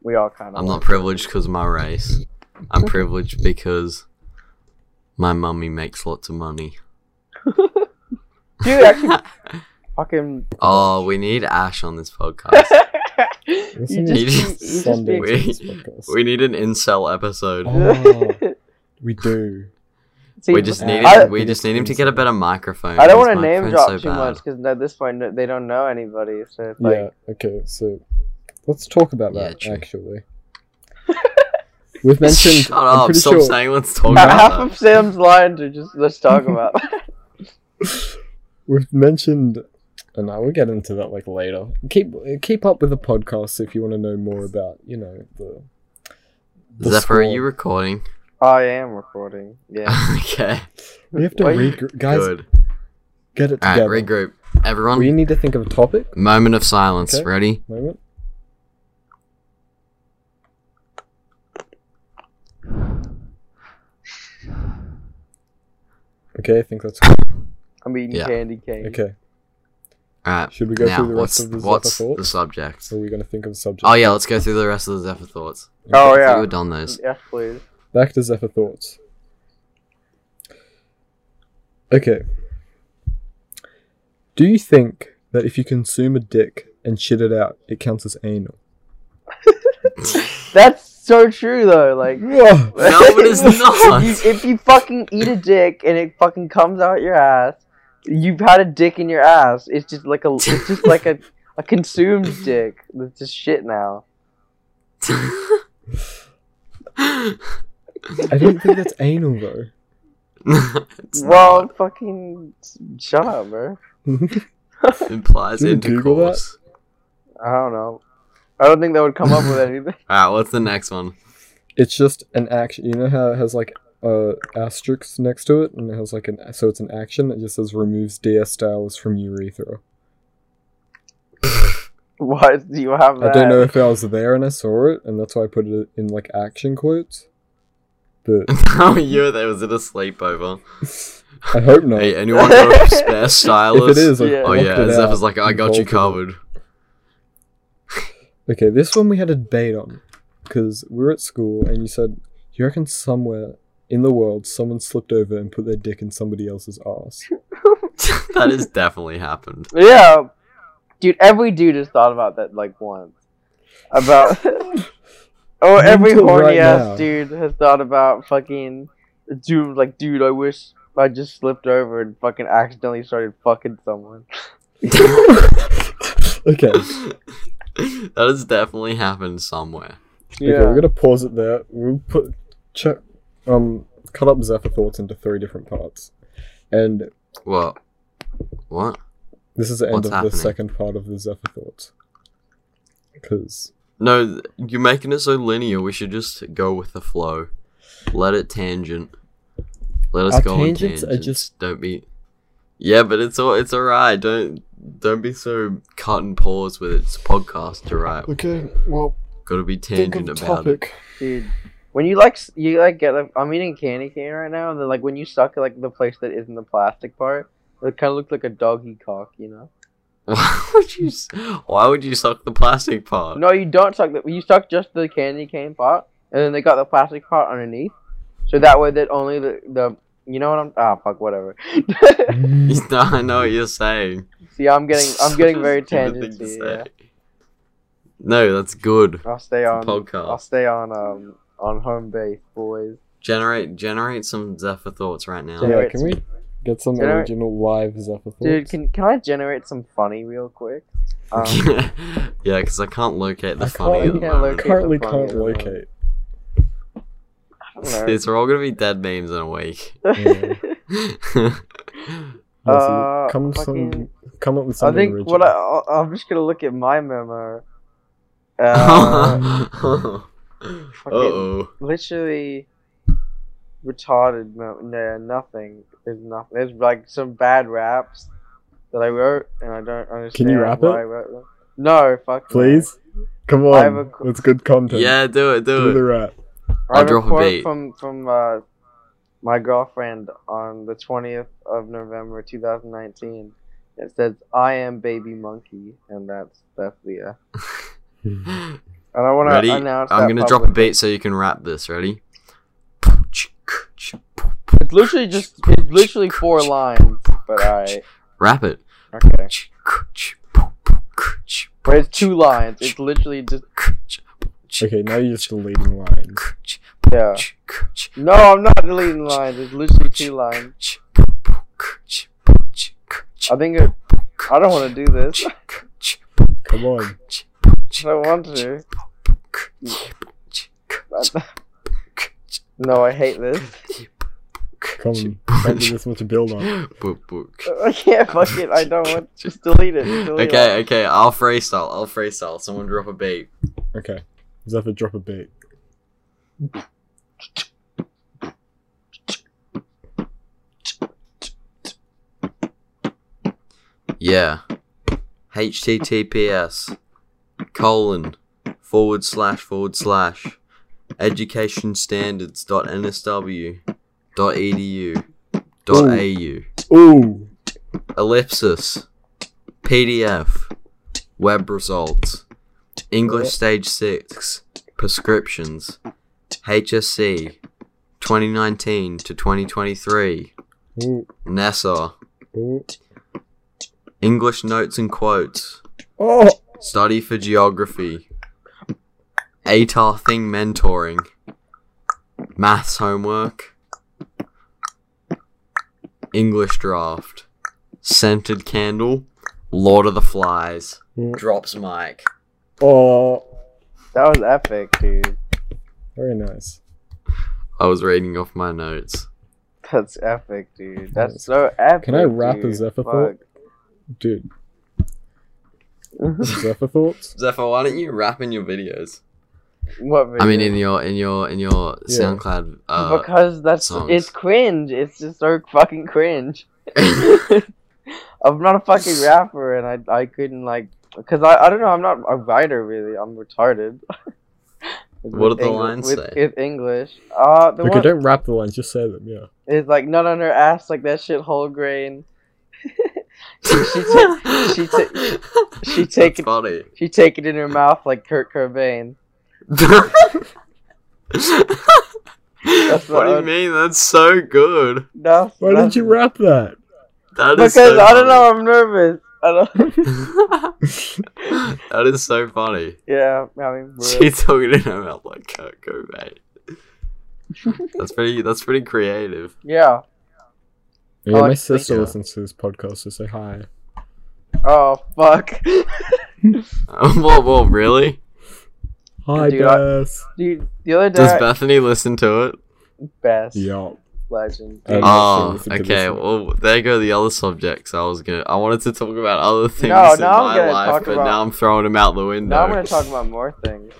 C: we all kind of.
A: I'm not privileged because my race. I'm privileged because my mummy makes lots of money.
C: Dude, actually, fucking.
A: oh, we need Ash on this podcast.
C: you just,
B: Listen to
C: you
A: You just-
C: just
B: Sunday
C: being-
A: We-
B: to this podcast.
A: we need an incel episode.
B: Oh, We do.
C: See,
A: we just
B: but-
A: need
C: I,
A: him, we just need him to get a better microphone.
C: I don't
A: His
C: want to name
A: microphone's
C: drop
A: so
C: too
A: bad.
C: much because at this point no- they don't know anybody. So it's like,
B: yeah, okay, so let's talk about
A: Yeah,
B: that,
A: true.
B: actually. We've mentioned.
A: Shut
B: I'm
A: up!
B: pretty
A: Stop
B: sure-
A: saying let's talk
C: Ha- half
B: uh,
A: about
C: of Sam's lines are just let's talk about.
B: We've mentioned, and I will get into that like later. Keep keep up with the podcast if you want to know more about you know the.
A: that. Zephyr, are
B: squad.
A: you recording?
C: I am recording. Yeah.
A: okay,
B: We have to
C: Wait.
B: regroup, guys.
A: good.
B: Get it
A: All right, regroup.
B: together.
A: Everyone,
B: we need to think of a topic.
A: moment of silence.
B: Okay.
A: Ready?
B: Moment. Okay, I think that's good.
C: I'm eating
A: Yeah.
C: candy cane.
B: okay.
A: All right.
B: Should we go
A: Now,
B: through the
A: what's
B: rest of the
A: what's
B: Zappa
A: the
B: thoughts?
A: subject?
B: Or are we going to think of a subject?
A: Oh yeah, let's go through the rest of the Zephyr thoughts. Yeah.
C: Oh
A: We
C: yeah.
A: were done those.
C: Yes, please.
B: Back to Zephyr thoughts. Okay. Do you think that if you consume a dick and shit it out, it counts as anal?
C: That's so true though. Like,
B: Whoa!
A: No, it is not.
C: if, you, if you fucking eat a dick and it fucking comes out your ass, you've had a dick in your ass. It's just like a, it's just like a, a consumed dick. That's just shit now.
B: I don't think that's anal though.
A: It's
C: well, fucking shut up, bro.
A: not. implies
B: Did you Google that?
A: intercourse.
C: I don't know. I don't think they would come up with anything.
A: All right, what's the next one?
B: It's just an action. You know how it has like a asterisk next to it, and it has like an so it's an action. It just says removes DS styles from urethra.
C: Why do you have that?
B: I don't know if I was there and I saw it, and that's why I put it in like action quotes. But
A: How you there? Was it a sleepover?
B: I hope not.
A: Hey, anyone got a spare stylus?
B: if it is, I
C: Yeah.
A: Oh
B: blocked
A: yeah,
B: it
A: Zeph
B: out.
A: is like, I got you
B: Bolted it.
A: covered.
B: Okay, this one we had a debate on because we were at school and you said, you reckon somewhere in the world someone slipped over and put their dick in somebody else's ass?
A: that has definitely happened.
C: Yeah, dude. Every dude has thought about that like once. About oh, every
B: Until
C: horny
B: right
C: ass
B: now.
C: dude has thought about fucking dude. Like, dude, I wish I just slipped over and fucking accidentally started fucking someone.
B: Okay,
A: that has definitely happened somewhere.
B: okay, we're gonna pause it there. We'll put check, um, cut up Zephyr thoughts into three different parts, and
A: What? What?
B: this is the end
A: What's
B: of the
A: happening?
B: second part of the Zephyr thoughts. Because
A: No, th- you're making it so linear. We should just go with the flow. Let it tangent. Let us
B: Our
A: go
B: tangents
A: on
B: are
A: tangents.
B: just-
A: Don't be. Yeah, but it's all it's alright. Don't don't be so cut and pause with its podcast. Alright,
B: okay, well,
A: got to be tangent about it.
C: dude. When you like, s- you like get. A, I'm eating candy cane right now, and then like when you suck at like the place that isn't the plastic part, it kind of looks like a doggy cock, you know.
A: Why would you? s- Why would you suck the plastic part?
C: No, you don't suck. The, you suck just the candy cane part, and then they got the plastic part underneath. So that way that only the, the you know what I'm ah fuck whatever.
A: No, I know what you're saying.
C: See, I'm getting I'm getting
A: Such a
C: very
A: stupid thing to
C: tangency.
A: say.
C: Yeah.
A: No, that's good.
C: I'll stay
A: It's a
C: on. I'll
A: podcast.
C: stay on um on home base, boys.
A: Generate generate some Zephyr thoughts right now.
B: Yeah,
C: Generate
B: can
C: some-
B: we get some
C: Generate-
B: original live Zephyr thoughts?
C: Dude, can can I generate some funny real quick? Um,
A: yeah, because I can't locate the
B: I
A: funny.
B: can't-
A: at the
C: can't
A: moment.
C: locate-
B: currently
C: the
B: can't
C: funny one.
B: locate.
C: I don't know.
A: These are all gonna be dead memes in a week.
B: Yeah. Let's see,
C: Uh,
B: come some,
C: fucking-
B: come up with
C: I
B: something
C: think
B: original.
C: what I I'll- I'm just gonna look at my memo. Uh,
B: Um,
A: oh. oh.
C: literally retarded. No, no, nothing. There's nothing. There's like some bad raps that I wrote, and I don't understand
B: you rap
C: why
B: it?
C: I wrote them. No, fuck. no.
B: Please, come
C: I have
B: on,
C: a qu-
B: that's good content.
A: Yeah, do it,
B: do the
A: do it.
B: rap.
C: I have
A: I'll drop a
C: quote
A: beat.
C: from from uh, my girlfriend on the twentieth of November, two thousand nineteen. It says, "I am baby monkey," and that's that's the. Uh, and I want
A: Ready?
C: to announce.
A: I'm
C: that
A: gonna drop a
C: publicly.
A: beat so you can rap this. Ready?
C: It's literally just it's literally four lines, but I
A: Rap it.
C: okay. But it's two lines. It's literally just
B: Okay, now you're just deleting lines. Uh.
C: yeah. No, I'm not deleting lines. It's literally two lines. I think it, I don't want to do this.
B: Come on.
C: I don't want to. No, I hate this.
B: Come on. Don't give this much to build on.
C: I can't fuck it. I don't want. Just delete it. Delete it.
A: Okay, okay, I'll freestyle. I'll freestyle. Someone drop a beat.
B: Okay. Zephyr, drop a beat.
A: Yeah. HTTPS colon forward slash forward slash educationstandards.nsw.edu.au e
B: Ooh.
A: ellipsis PDF web results English stage 6 prescriptions HSC 2019 to 2023
B: Ooh.
A: NASA
B: Ooh.
A: English notes and quotes
B: Oh.
A: Study for geography. ATAR thing mentoring. Maths homework. English draft. Scented candle. Lord of the Flies.
B: Ooh.
A: Drops mic.
B: Oh.
C: That was epic, dude.
B: Very nice.
A: I was reading off my notes.
C: That's epic, dude. That's so epic.
B: Can I rap a
C: dude.
B: Zephyr
C: Fuck.
B: Dude. Uh-huh. Zephyr thoughts?
A: Zephyr, why don't you rap in your videos?
C: What?
A: I mean,
C: video?
A: in your in your in your
B: Yeah.
A: SoundCloud. Uh,
C: because that's
A: songs.
C: it's cringe. It's just so fucking cringe. I'm not a fucking rapper, and I I couldn't like because I I don't know. I'm not a writer really. I'm retarded.
A: What did the
C: Engli-
A: lines
C: with,
A: say?
C: With English. Uh, the
B: Like, I
C: one
B: don't rap the lines, just say them, yeah.
C: is like not on her ass like that shit whole grain. she ta- she ta- she take
A: That's
C: it-
A: funny.
C: She take it in her mouth like Kurt Cobain.
A: what do you
C: what-
A: mean? That's so good.
C: No,
B: Why
C: that's-
B: did you rap that?
A: That is
C: Because
A: so
C: I don't
A: funny.
C: know. I'm nervous. I don't.
A: that is so funny.
C: yeah, I mean, bro.
A: She talking in her mouth like Kurt Cobain. that's pretty. That's pretty creative.
C: yeah.
B: Yeah,
C: Oh,
B: my
C: I think
B: sister
A: so.
B: listens to this podcast, so say hi.
C: Oh fuck,
A: whoa, whoa, really?
B: Hi,
C: Dude, I-
B: Bess.
C: dude. The other day,
A: Does Bethany listen to it?
C: best
B: Yeah.
C: legend.
B: Um,
A: Oh,
B: listen to
A: okay.
B: this one.
A: Well, there go the other subjects. I was gonna. I wanted to talk about other things
C: No,
A: in
C: now I'm
A: my
C: gonna
A: life,
C: talk
A: but
C: about-
A: now I'm throwing them out the window.
C: now I'm gonna talk about more things.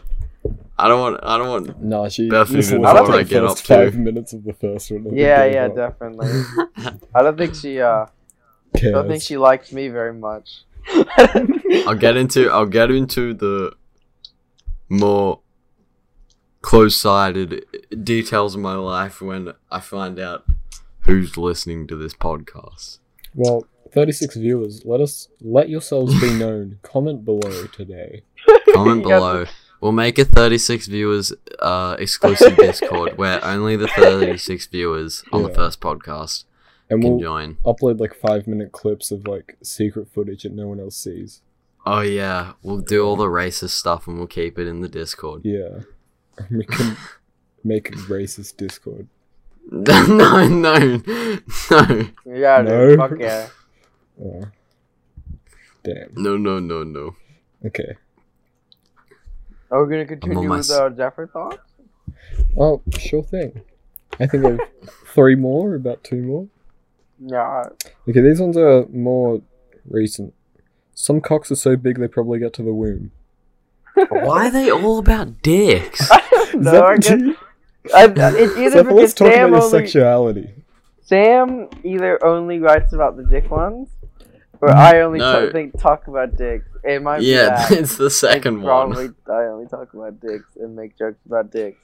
A: I don't want. I don't want.
B: Nah, she
A: Bethany
B: listens to
A: didn't
C: know
B: the
C: what I
B: first
A: get up to.
B: five minutes of the first one. and
C: Yeah,
B: then
C: yeah,
B: what
C: definitely. I don't think she. Uh, I don't think
B: cares?
C: she liked me very much.
A: I'll get into. I'll get into the more close-sided details of my life when I find out who's listening to this podcast.
B: Well, 36 viewers, let us let yourselves be known. Comment below today.
A: Comment
C: You got
A: below. We'll make a 36 viewers uh, exclusive Discord where only the 36 viewers on the
B: Yeah.
A: first podcast
B: And
A: can
B: we'll
A: join.
B: upload like five minute clips of like secret footage that no one else sees.
A: Oh yeah, we'll do all the racist stuff and we'll keep it in the Discord.
B: Yeah. And we can make a racist Discord.
A: no, no, no,
C: yeah,
B: No.
C: dude, fuck yeah.
B: Oh. Damn.
A: no, no, no, no.
B: Okay.
C: Are we gonna continue
A: my
C: with
A: s-
C: our Jeffrey thoughts?
B: Oh, sure thing. I think I've three more, about two more.
C: Yeah.
B: Okay, these ones are more recent. Some cocks are so big they probably get to the womb.
A: Why are they all about dicks?
C: I don't
B: Is
C: know.
B: that
C: I
B: what
C: guess,
B: you-
C: I, it's either
B: Zeph, let's
C: because
B: talk about
C: Sam
B: your
C: only
B: sexuality.
C: Sam either only writes about the dick ones, or I only
A: No.
C: t- think talk about dicks. It might be
A: yeah,
C: that.
A: it's the
C: It's
A: second one.
C: Probably I only talk about dicks and make jokes about dicks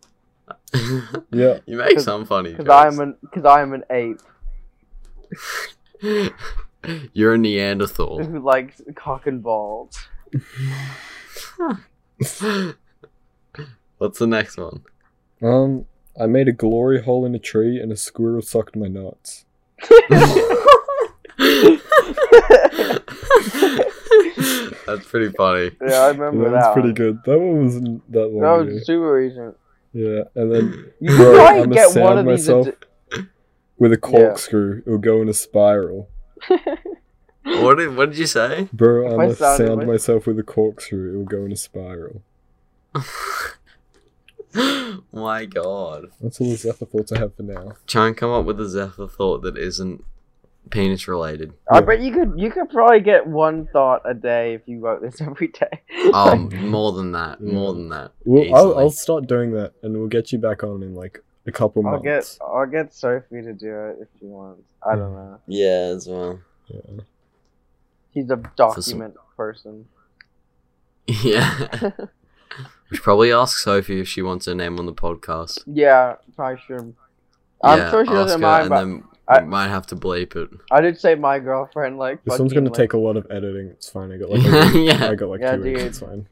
A: you
B: Yeah.
A: make
C: 'Cause-
A: some funny
C: because
A: jokes.
C: I'm an because I'm an ape
A: You're a Neanderthal.
C: who likes cock and balls.
A: What's the next one?
B: Um, I made a glory hole in a tree and a squirrel sucked my nuts.
A: That's pretty funny.
C: Yeah, I
B: Yeah,
C: remember
B: that was
C: that.
B: pretty
C: one.
B: good. That one wasn't that
C: That
B: long.
C: was super recent.
B: Yeah, and then
C: You
B: Bro,
C: could probably
B: I'm a
C: get one
B: sound
C: of these.
B: myself.
C: ad-
B: with a corkscrew, it'll go in a spiral.
A: What did what did you say?
B: Bro,
C: If
B: I'm
C: I
B: gonna
C: sounded
B: sound
C: like-
B: myself with a corkscrew, it'll go in a spiral.
A: My God,
B: That's all the Zephyr thoughts I have for now.
A: try and come up with a Zephyr thought that isn't penis related.
C: I bet you could you could probably get one thought a day if you wrote this every day.
A: Um, more than that, more than that.
B: Well, I'll,
A: easily.
B: I'll start doing that, and we'll get you back on in like a couple
C: I'll get
B: months.
C: I'll get Sophie to do it if she wants. I don't
B: Yeah.
C: know.
A: Yeah, as well.
B: Yeah.
C: She's a document person.
A: Yeah. we should probably ask Sophie if she wants her name on the podcast.
C: Yeah, probably sure. I'm
A: Yeah,
C: sure she doesn't
A: ask her,
C: mind, but
A: and
C: I-
A: then we might have to bleep it.
C: I did say my girlfriend like.
B: This one's
C: fucking,
B: gonna
C: like,
B: take a lot of editing. It's fine. I got like a week. I
A: yeah,
B: got like
C: Yeah,
B: two weeks.
C: dude.
B: It's fine.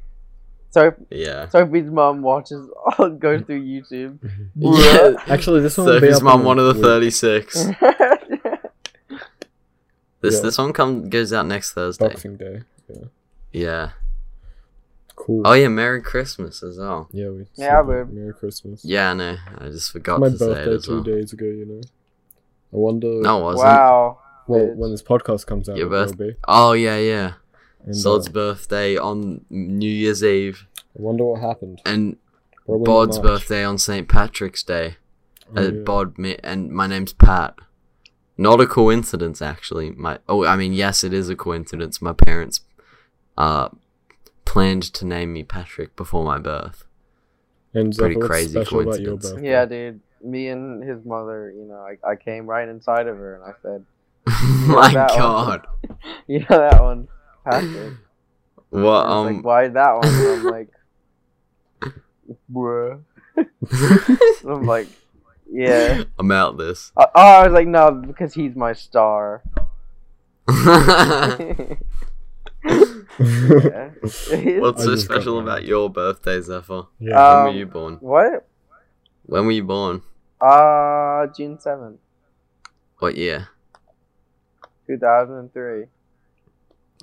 C: So
A: yeah.
C: Sophie's mum watches. I'll go through YouTube.
A: Yeah.
B: Actually, this one. will be
A: Sophie's
B: up
A: mum,
B: in a
A: one of the
B: week.
A: thirty-six. This
B: Yeah.
A: this one come goes out next Thursday.
B: Boxing Day. Yeah.
A: Yeah.
B: Cool.
A: Oh yeah, Merry Christmas as well.
B: yeah. We
C: Yeah,
B: said that.
C: babe.
B: Merry Christmas.
A: Yeah, I know. I just forgot
B: My
A: to say it
B: birthday
A: as
B: two
A: well.
B: days ago. You know. I wonder.
A: No, it wasn't.
C: wow.
B: Well,
C: It's-
B: when this podcast comes out,
A: Your
B: it
A: birth-
B: will be.
A: Oh yeah, yeah.
B: And,
A: Sod's
B: uh,
A: birthday on New Year's Eve
B: I wonder what happened.
A: and
B: Probably not
A: Bod's
B: much.
A: birthday on St. Patrick's Day.
B: Oh,
A: Uh,
B: yeah.
A: Bod me, and my name's Pat. Not a coincidence, actually. My oh, I mean, yes, it is a coincidence. My parents uh planned to name me Patrick before my birth.
B: and
A: pretty
B: Zephyr, what's
A: crazy
B: special about your
A: coincidence.
B: birthday?
C: Yeah, dude. Me and his mother. You know, I, I came right inside of her and I said,
A: my
C: that one.
A: God,
C: "You know that one, Patrick."
A: what
C: And it's
A: um
C: like, why that one? And I'm like, bruh. I'm like, yeah.
A: I'm out this.
C: Uh, oh, I was like, no, because he's my star. yeah.
A: What's
B: I
A: so
B: just got
A: special
B: mine.
A: about your birthday, Zephyr?
B: yeah.
C: Uh,
A: when
C: Um,
A: were you born?
C: What?
A: When were you born?
C: Uh, June 7th,
A: What year?
C: 2003.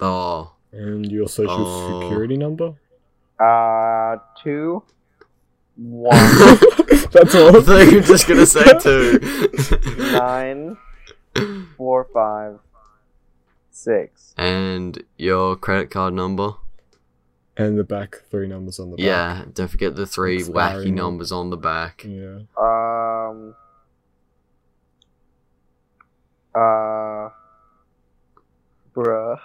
A: Oh,
B: and your social
A: Oh.
B: security number?
C: Uh, 2 1
B: That's
A: I
B: all.
A: thought you were just gonna say two.
C: 9 4 5 6.
A: and your credit card number?
B: and the back three numbers on the back.
A: Yeah, don't forget the three wacky
B: Expiring.
A: numbers on the back.
B: Yeah.
C: Um. Uh. Bruh.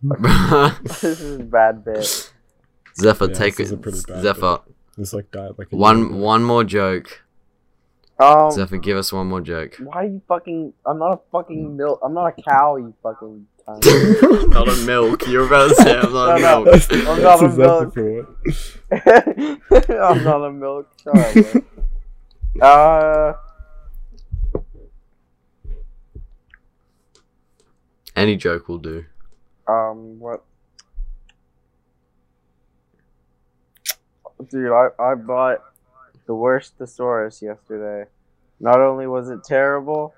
C: this is a bad bit.
A: Zephyr,
B: Mm. Yeah,
A: take
B: this is
A: it.
B: a pretty bad
A: Zephyr,
B: It's like died like a
A: one one more joke.
C: Um.
A: Zephyr, give us one more joke.
C: Why you fucking? I'm not a fucking milk. I'm not a cow. You fucking. cunt.
A: not a milk. You're about to say I'm not a
C: No, no.
A: milk.
C: Oh, I'm not
B: That's- that's exactly
C: about-
B: for it.
C: I'm not a milk cow. man. uh.
A: Any joke will do.
C: Um. What? Dude, I I bought the worst thesaurus yesterday. Not only was it terrible,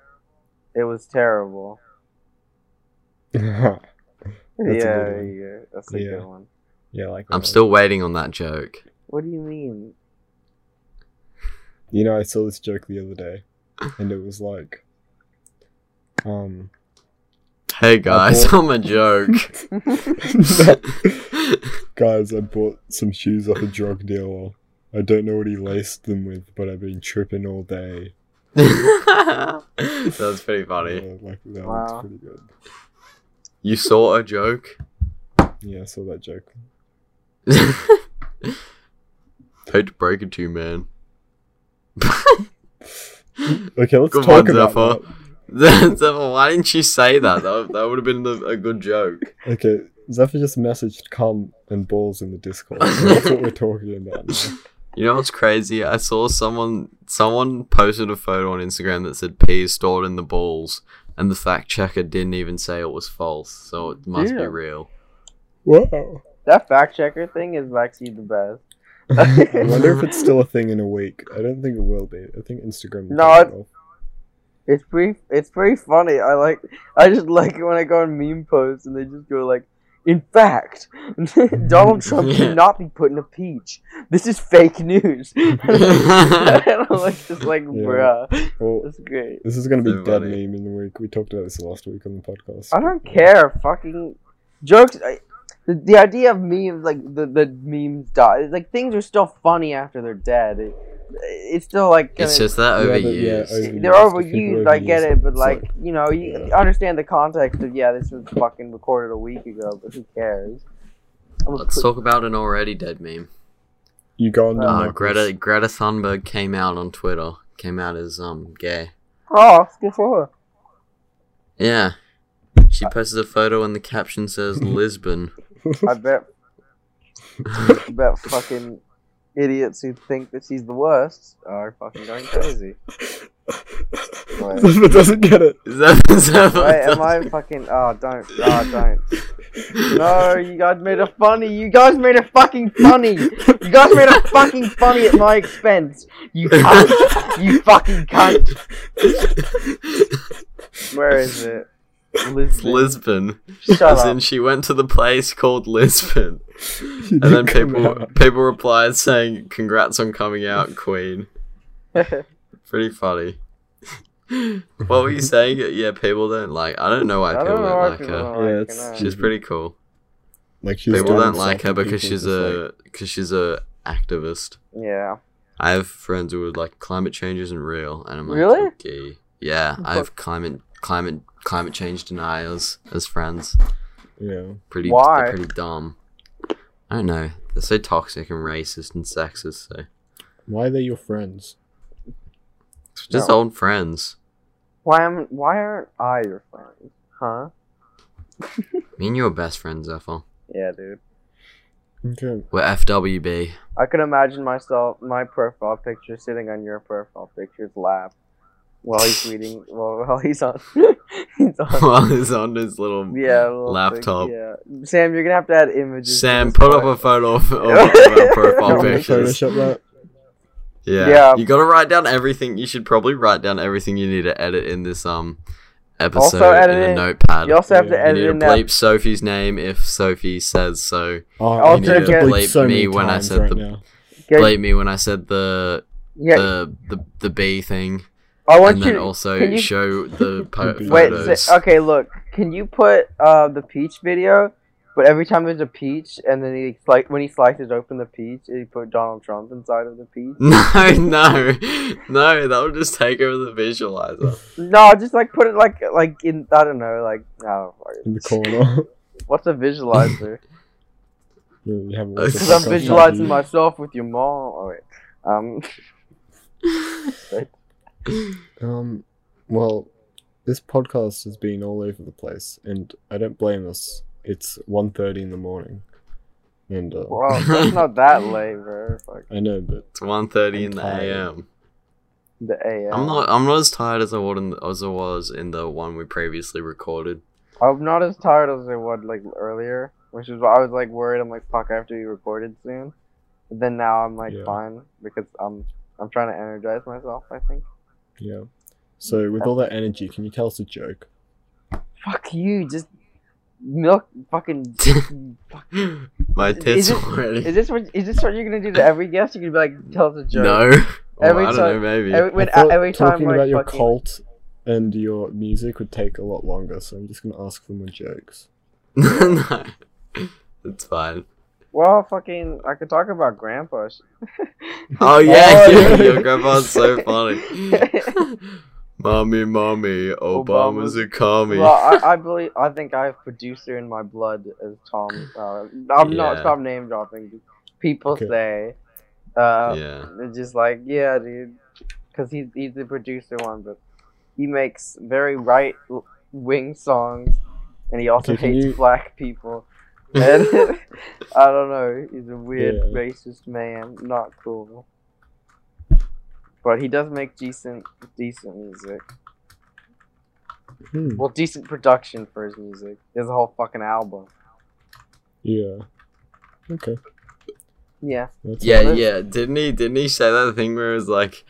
C: it was terrible.
B: That's a
C: yeah,
B: good one.
C: yeah, that's a
B: Yeah.
C: good one.
B: yeah, like
A: I'm
B: that.
A: still waiting on that joke.
C: What do you mean?
B: You know, I saw this joke the other day, and it was like, um,
A: Hey guys,
B: bought-
A: I'm a joke.
B: guys, I bought some shoes off a drug dealer. I don't know what he laced them with, but I've been tripping all day.
A: That's pretty funny.
B: Yeah, like that
C: Wow.
B: looks pretty good.
A: You saw a joke?
B: Yeah, I saw that joke.
A: Hate to break it to you, man.
B: Okay, let's
A: Good
B: talk
A: one,
B: about
A: Zephyr. Zephyr, why didn't you say that? That, that would have been the, a good joke.
B: that. Okay, Zephyr just messaged "cum" and balls in the Discord. So that's what we're talking about. Now.
A: You know what's crazy? I saw someone someone posted a photo on Instagram that said pee is stored in the balls, and the fact checker didn't even say it was false, so it must be
C: Damn.
A: real.
B: Wow.
C: That fact checker thing is actually the best.
B: I wonder if it's still a thing in a week. I don't think it will be. I think Instagram. will
C: No,
B: take it off.
C: It's pretty. It's pretty funny. I like. I just like it when I go on meme posts and they just go like, "In fact, Donald Trump
A: Yeah.
C: cannot be put in a peach. This is fake news." and I'm like, just like, bruh,
B: Well,
C: that's great.
B: This is gonna be
A: So
B: dead
A: funny.
B: meme in the week. We talked about this last week on the podcast.
C: I don't care. Fucking jokes. I, the, the idea of memes, like the the memes die. Like things are still funny after they're dead. It, it's still like
A: It's
C: gonna-
A: just that
B: Yeah,
A: over
B: but yeah,
A: years.
B: over-
C: they're
B: overused,
C: overused. I get
B: overused.
C: it, but
B: It's
C: like
B: like-
C: you know, you
B: yeah.
C: you understand the context of yeah, this was fucking recorded a week ago, but who cares? I'm a
A: Let's
C: cr-
A: talk about an already dead meme.
B: Uganda.
A: Uh,
B: Knuckles.
A: Greta Greta Thunberg came out on Twitter. Came out as um gay.
C: oh, it's good for her.
A: Yeah. She posted a photo and the caption says Lisbon.
C: I bet. I bet fucking idiots who think that she's the worst are fucking going crazy.
B: Zephyr doesn't get it.
A: Is that, is that
C: Wait, am I fucking? Oh, don't! Oh, don't! No, you guys made a funny. You guys made a fucking funny. You guys made a fucking funny at my expense. You cunt! You fucking cunt! Where is it?
A: It's
C: Lisbon.
A: Lisbon.
C: Shut
A: As
C: up.
A: in she went to the place called Lisbon.
B: You
A: And then
B: didn't come
A: people
B: out.
A: people replied saying, Congrats on coming out, Queen. Pretty funny. what were you saying? Yeah, people don't like I don't know why
C: I
A: people
C: don't know
A: don't
C: why
A: like uh,
C: people
A: her.
B: Yeah,
C: don't like
B: it's-
C: her.
A: She's pretty cool.
B: Like she's
A: people
B: doing
A: don't like her
B: something
A: because
B: people
A: she's
B: just
A: a because she's a activist.
C: Yeah.
A: I have friends who are like climate change isn't real, and I'm like,
C: Really?
A: okay, yeah. I have climate climate climate change deniers as friends.
B: like- Yeah.
A: Pretty,
C: Why?
A: They're pretty dumb. I don't know. They're so toxic and racist and sexist. So
B: Why are they your friends?
A: It's just
C: No.
A: old friends.
C: Why am? Why aren't I your friend? Huh?
A: Me and you are best friends, Ethel.
C: Yeah, dude.
B: Okay.
A: We're FWB.
C: I could imagine myself, my profile picture, sitting on your profile picture's lap while he's reading, while, while he's on, he's on,
A: While he's on his little.
C: yeah, little
A: Laptop.
C: Thing, yeah, Sam, you're gonna have to add images. to
A: Sam,
C: this
A: put up
C: part.
A: a photo of, of our profile
C: Oh,
B: Can we
A: pictures.
B: Photoshop that.
A: Yeah.
C: Yeah.
A: You gotta write down everything. You should probably write down everything you need to edit in this um episode
C: edit
A: in a
C: in-
A: notepad.
C: You
A: You,
C: also have to
B: Yeah.
C: edit
A: need to
C: in that.
A: bleep Sophie's name if Sophie says so.
B: Oh,
C: I'll
B: you need
C: take
B: to
C: it.
B: bleep
A: Bleep me
B: so many
A: when I
B: times
A: said
B: right
A: the-
B: now.
C: Yeah,
A: Bleep me when I said the
C: yeah,
A: the, the the B thing,
C: Oh, I want
A: and
C: you.
A: then
C: to-
A: also
C: can you-
A: show the po-
B: Wait,
C: Wait,
A: photos.
C: say, okay, look. Can you put uh, the peach video? But every time there's a peach, and then he like when he slices open the peach, he put Donald Trump inside of the peach.
A: No, no, no. That would just take over the visualizer.
C: No, just like put it like like in I don't know like oh, fuck.
B: In the corner.
C: what's a visualizer?
B: You haven't
A: Okay.
B: watched the
C: Because I'm
B: podcast, have
C: visualizing
B: you?
C: myself with your mom. Oh, wait. Um,
B: Um, well, this podcast has been all over the place, and I don't blame us. It's 1.30 in the morning, and uh,
C: well, that's not that late, bro. Fuck
B: I know, but
A: It's 1.30 in
B: I'm
A: the
B: tired.
A: a.m.
C: the AM.
A: I'm not. I'm not as tired as I was in the, as I was in the one we previously recorded.
C: I'm not as tired as I was like earlier, which is why I was like worried. I'm like, fuck, I have to be recorded soon. But then now I'm like
B: Yeah.
C: fine because I'm I'm trying to energize myself. I think.
B: yeah. So with all that energy, can you tell us a joke?
C: Fuck you, just milk fucking. fuck.
A: My
C: Is
A: tits
C: it-
A: already.
C: Is this what is this what you're gonna do to every guest? You're gonna be like, tell us a joke.
A: No. Well,
C: Every
A: I don't
C: time-
A: know, maybe.
C: Every,
B: I
C: when,
B: thought
C: uh, every time
B: talking
C: like,
B: about your
C: fucking-
B: cult and your music would take a lot longer, so I'm just gonna ask for more jokes.
A: no. It's fine.
C: Well, fucking, I could talk about grandpa. sh-
A: Oh, yeah,
B: Oh,
A: yeah,
B: yeah.
A: your grandpa's so funny. mommy, mommy, Obama's a commie.
C: Well, I, I believe I think I have producer in my blood as Tom. Uh, I'm not
A: Yeah.
C: stop name dropping. People
B: Okay.
C: say, uh,
A: yeah.
C: it's just like yeah, dude, because he's he's the producer one, but he makes very right wing songs, and he also
B: Okay, can
C: hates
B: you-
C: black people. And I don't know. He's a weird
B: Yeah.
C: racist man. Not cool. But he does make decent decent music.
B: Hmm,
C: Well, decent production for his music. There's a whole fucking album.
B: yeah. Okay.
C: Yeah.
B: That's
A: Yeah,
C: Well,
A: yeah. Didn't he didn't he say that thing where it was like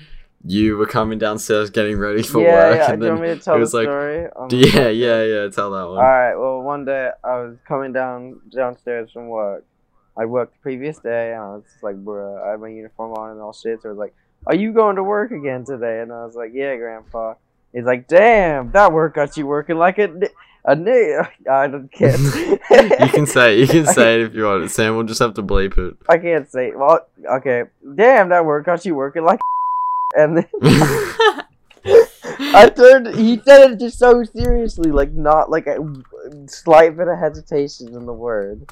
A: you were coming downstairs getting ready for
C: yeah,
A: work
C: yeah.
A: and
C: Do you want
A: then
C: me to tell the
A: was like-
C: story? Um,
A: Yeah, yeah, yeah, tell that one.
C: All right. Well, one day I was coming down downstairs from work. I worked the previous day, and I was just like, "Bruh," I had my uniform on and all shit. So I was like, "Are you going to work again today?" And I was like, "Yeah, Grandpa." He's like, "Damn, that work got you working like a ni- a nigga." I don't care.
A: You can say you can say it if you want. Sam will just have to bleep it.
C: I can't say. Well, okay. Damn, that work got you working like. a And then I turned. He said it just so seriously, like not like a slight bit of hesitation in the word.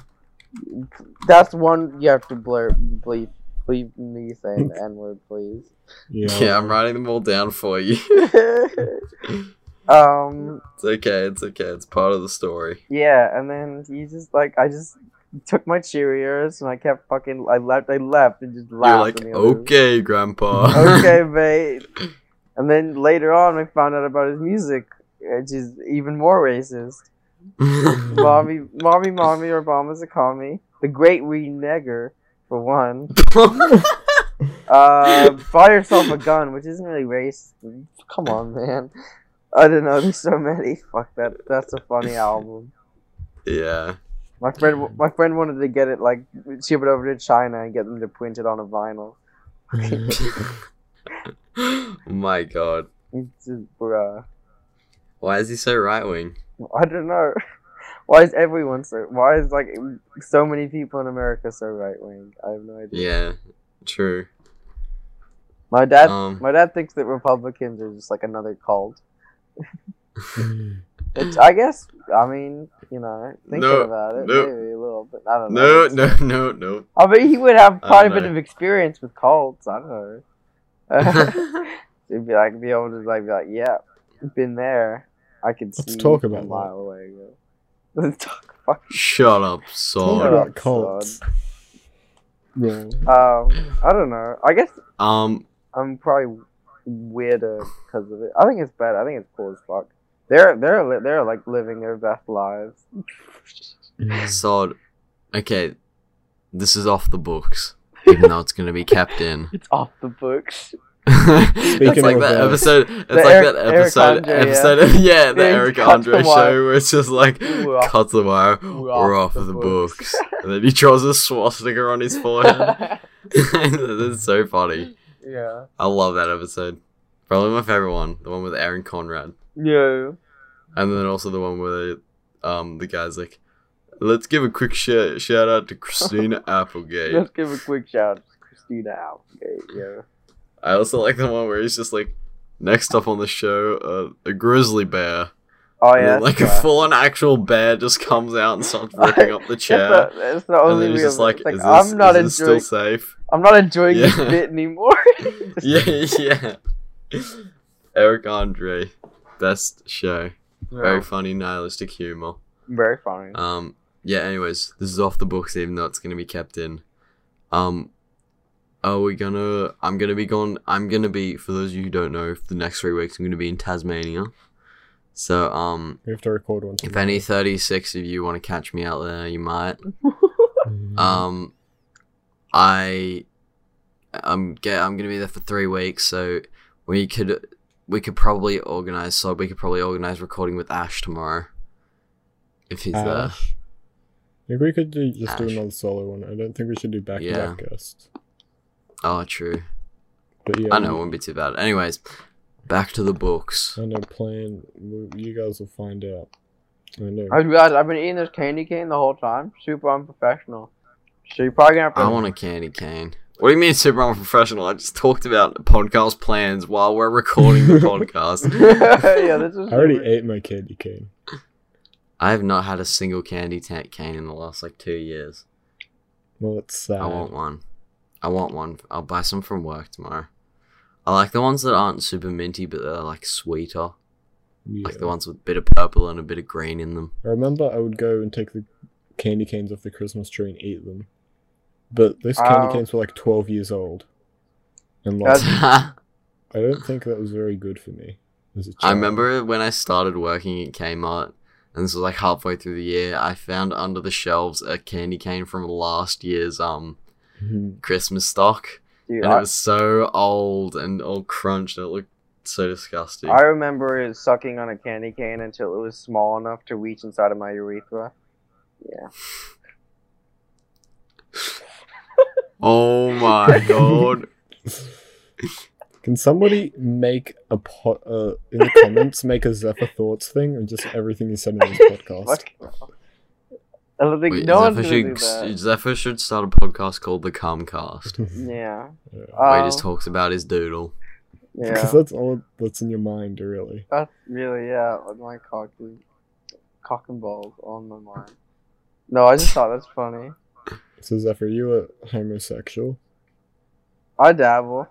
C: That's one you have to blur, bleep, bleep me saying the n word, please.
B: Yeah.
A: yeah, I'm writing them all down for you.
C: um.
A: It's okay, it's okay, it's part of the story.
C: Yeah, and then he just like I just took my Cheerios and I kept fucking. I left. I left and just
A: You're
C: laughed.
A: like,
C: in the other room.
A: okay, grandpa.
C: okay, mate. And then later on, I found out about his music, which is even more racist. mommy, mommy, mommy, Obama's a commie. The Great Renegger, for one. Uh, buy yourself a gun, which isn't really racist. Come on, man. I don't know. There's so many. Fuck that. That's a funny album.
A: yeah.
C: My friend, w- my friend wanted to get it like ship it over to China and get them to print it on a vinyl.
A: My god.
C: It's just, bruh.
A: Why is he so right wing?
C: I don't know. Why is everyone so? Why is like so many people in America so right wing? I have no idea.
A: Yeah, true.
C: My dad,
A: Um,
C: my dad thinks that Republicans are just like another cult.
B: Mm.
C: Which I guess, I mean, you know, thinking
A: No,
C: about it,
A: no.
C: maybe a little bit. I don't know.
A: no, no, no, no.
C: I mean, he would have
A: I
C: quite a
A: don't
C: bit
A: know.
C: of experience with cults. I don't know. He'd be like, be able to like, be like, yeah, been there. I could see
B: Let's talk
C: a
B: about that.
C: mile away. Yeah. Let's talk. Fuck.
A: Shut up,
B: Talk
A: son.
C: Shut up,
B: about cults. Yeah.
C: Um, I don't know. I guess
A: Um,
C: I'm probably weirder because of it. I think it's bad. I think it's cool as fuck. They're they're li- they're like living their best lives.
A: sod. Okay, this is off the books, even though it's gonna be kept in.
C: It's off the books.
A: it's like
B: of
A: that
B: that.
A: episode. It's
C: The
A: like
C: Eric-
A: that
C: Eric
A: episode.
C: Andre, yeah.
A: episode. Yeah, the
C: Yeah,
A: Eric
C: cut the
A: Andre
C: wire.
A: show where it's just like
C: We're off-
A: cut the wire. We're off the, books. and then he draws a swastika on his forehead. That's so funny.
C: yeah.
A: I love that episode. Probably my favorite one, the one with Aaron Conrad,
C: Yeah.
A: and then also the one where they, um the guy's like, "Let's give a quick shout shout out to Christina Applegate."
C: Let's give a quick shout out to Christina Applegate. Yeah.
A: I also like the one where he's just like, "Next up on the show, uh, a grizzly bear."
C: Oh
A: And
C: yeah.
A: then, like a full on actual bear just comes out and starts ripping up the chair.
C: That's the, that's the
A: And
C: only
A: then he's
C: real.
A: just like,
C: it's like,
A: is this,
C: I'm not
A: is this
C: enjoying.
A: still safe?
C: I'm not enjoying this
A: Yeah.
C: bit anymore.
A: yeah, yeah. Eric Andre, best show. Very funny, nihilistic humor.
C: Very funny.
A: Um, yeah. Anyways, this is off the books, even though it's gonna be kept in. Um, are we gonna? I'm gonna be gone. I'm gonna be. For those of you who don't know, for the next three weeks, I'm gonna be in Tasmania. So, um,
B: We have to record one.
A: if any 36 of you want to catch me out there, you might.
B: Um,
A: Um, I, I'm get. I'm gonna be there for three weeks, so we could. We could probably organize. So we could probably organize recording with Ash tomorrow, if
B: Uh,
A: he's there.
B: Ash. Maybe we could do, just do
A: Ash.
B: another solo one. I don't think we should do back to back guests.
A: Oh, true.
B: But yeah,
A: I know it won't be too bad. Anyways, back to the books.
B: I know plan. we- You guys will find out. I know.
C: I realized I've been eating this candy cane the whole time. Super unprofessional. So you're probably gonna have to.
A: I want a candy cane. What do you mean super unprofessional? I just talked about podcast plans while we're recording the podcast.
C: yeah, this is.
B: I already
C: super-
B: ate my candy cane.
A: I have not had a single candy ta- cane in the last like two years.
B: Well, it's sad.
A: I want one. I want one. I'll buy some from work tomorrow. I like the ones that aren't super minty, but they're like sweeter.
B: Yeah.
A: Like the ones with a bit of purple and a bit of green in them.
B: I remember I would go and take the candy canes off the Christmas tree and eat them. But those candy
C: Oh.
B: canes were like 12 years old. And like,
C: That's-
B: I don't think that was very good for me. As a
A: I
B: child.
A: remember when I started working at Kmart, and this was like halfway through the year. I found under the shelves a candy cane from last year's um
B: Mhm.
A: Christmas stock,
C: Dude,
A: and
C: I,
A: it was so old and all crunched. and It looked so disgusting.
C: I remember sucking on a candy cane until it was small enough to reach inside of my urethra.
A: oh my god!
B: Can somebody make a pot uh, in the comments make a Zephyr Thoughts thing and just everything you said in this podcast?
C: What? I don't think
A: Wait,
C: no one's
A: Zephyr,
C: gonna do
A: should,
C: that.
A: Zephyr should start a podcast called The Comcast,
C: Yeah.
B: Yeah.
A: where he just
C: Um,
A: talks about his doodle.
B: Because
C: yeah.
B: that's all that's in your mind, really.
C: That's really yeah, with my cock and cock and balls on my mind. No, I just thought that's funny.
B: So Zephyr, you are homosexual.
C: I dabble.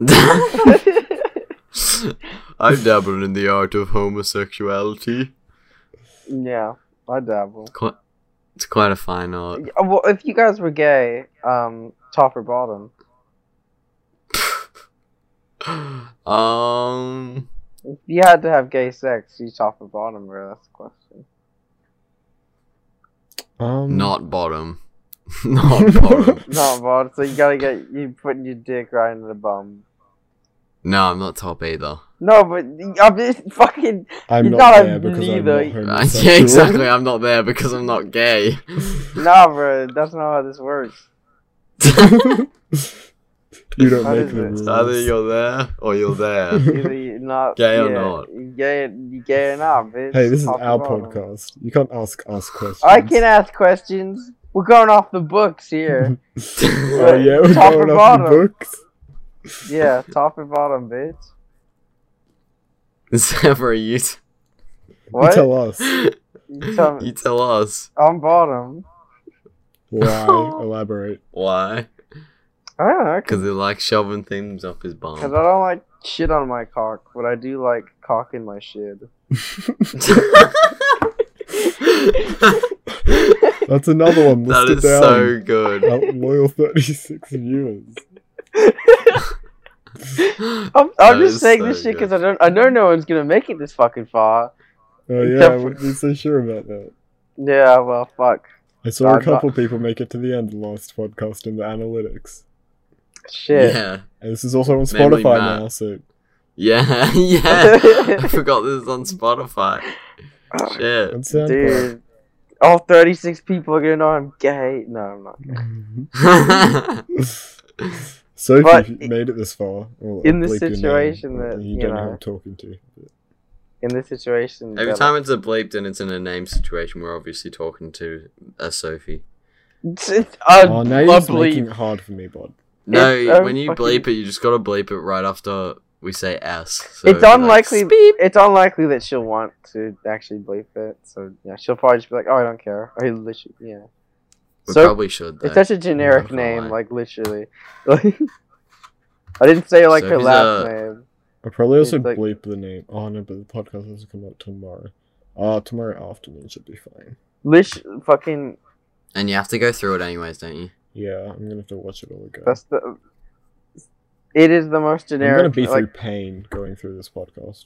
A: I've dabbled in the art of homosexuality.
C: yeah, I dabble.
A: Quite, it's quite a fine art.
C: Yeah, Well, if you guys were gay, um, top or bottom?
A: um,
C: If you had to have gay sex, you top or bottom, bro? That's the question.
B: Um,
A: not bottom. not bottom.
C: No, bottom. So you gotta get you putting your dick right into the bum.
A: No, I'm not top either.
C: No, but I'm just fucking.
B: I'm
C: You're
B: not,
C: not a
B: there because I'm
C: neither.
B: not
A: Uh,
B: homosexual.
A: yeah, exactly. I'm not there because I'm not gay.
C: Nah, bro. That's not how this works.
B: you don't
C: How
B: make
C: is
B: the
C: it?
B: rules.
A: Either you're there or you're there.
C: Either you're not
A: Gay or
C: yeah,
A: not.
C: you Gay, you gay or not, bitch.
B: Hey, this is
C: Top or
B: our
C: bottom.
B: podcast. You can't ask us questions.
C: I can ask questions. We're going off the books here.
B: Oh yeah, we're
C: Top or
B: going off the
C: bottom?
B: books.
C: yeah, top and bottom, bitch.
A: Zephyr, you, t-
C: What?
B: You tell us
C: You tell me-
A: you tell us
C: I'm bottom.
B: why. Elaborate.
A: why.
C: I don't know, cause,
A: Because he likes shoving things up his
C: 'cause
A: bum.
C: I don't like shit on my cock, but I do like cock in my shit.
B: That's another one.
A: That
B: List
A: is
B: it down.
A: so good.
B: Our loyal 36 viewers.
C: I'm,
A: That
C: I'm just
A: is
C: saying
A: so
C: this shit because
A: good.
C: I don't. I know no one's gonna make it this fucking far.
B: Oh yeah,
C: Except
B: we'd be so sure about that.
C: Yeah. Well, fuck.
B: I saw
C: I'm
B: a
C: not-
B: couple people make it to the end of the last podcast in the analytics.
C: Shit.
A: Yeah.
B: And this is also on
A: Mainly
B: Spotify
A: Matt.
B: now, so
A: Yeah. yeah. I forgot this is on Spotify.
C: Oh.
A: Shit.
B: on SoundCloud.
C: Dude. All 36 people are gonna know I'm gay. No, I'm not.
B: Sophie
C: But i-
B: made it this far. Well,
C: in the
B: bleep your name,
C: situation
B: but
C: that,
B: you,
C: you
B: don't know who
C: know.
B: I'm talking to.
C: In this situation.
A: Every
C: yeah,
A: time it's a bleeped and it's in a name situation, we're obviously talking to a Sophie.
C: It's, it's un-
B: Oh, now you're just
C: lovely.
B: making it hard for me, bud.
A: No,
C: It's, um,
A: when you
C: fucking-
A: bleep it, you just gotta bleep it right after we say S. So
C: It's
A: be like,
C: unlikely.
A: "Speep."
C: It's unlikely that she'll want to actually bleep it. So yeah, she'll probably just be like, "Oh, I don't care." I literally, yeah.
A: We
C: So
A: probably should. Though.
C: it's such a generic
A: Definitely.
C: name, like literally. Like, I didn't say like her
A: Sophie's
C: last
A: a-
C: name.
B: I probably also
C: It's like-
B: bleep the name. Oh no, but the podcast doesn't come out tomorrow. Uh, tomorrow afternoon should be fine.
C: Lish, fucking.
A: and you have to go through it anyways, don't you?
B: Yeah, I'm gonna have to watch it all again.
C: That's the. It is the most
B: I'm gonna
C: generic.
B: be
C: like,
B: through pain going through this podcast.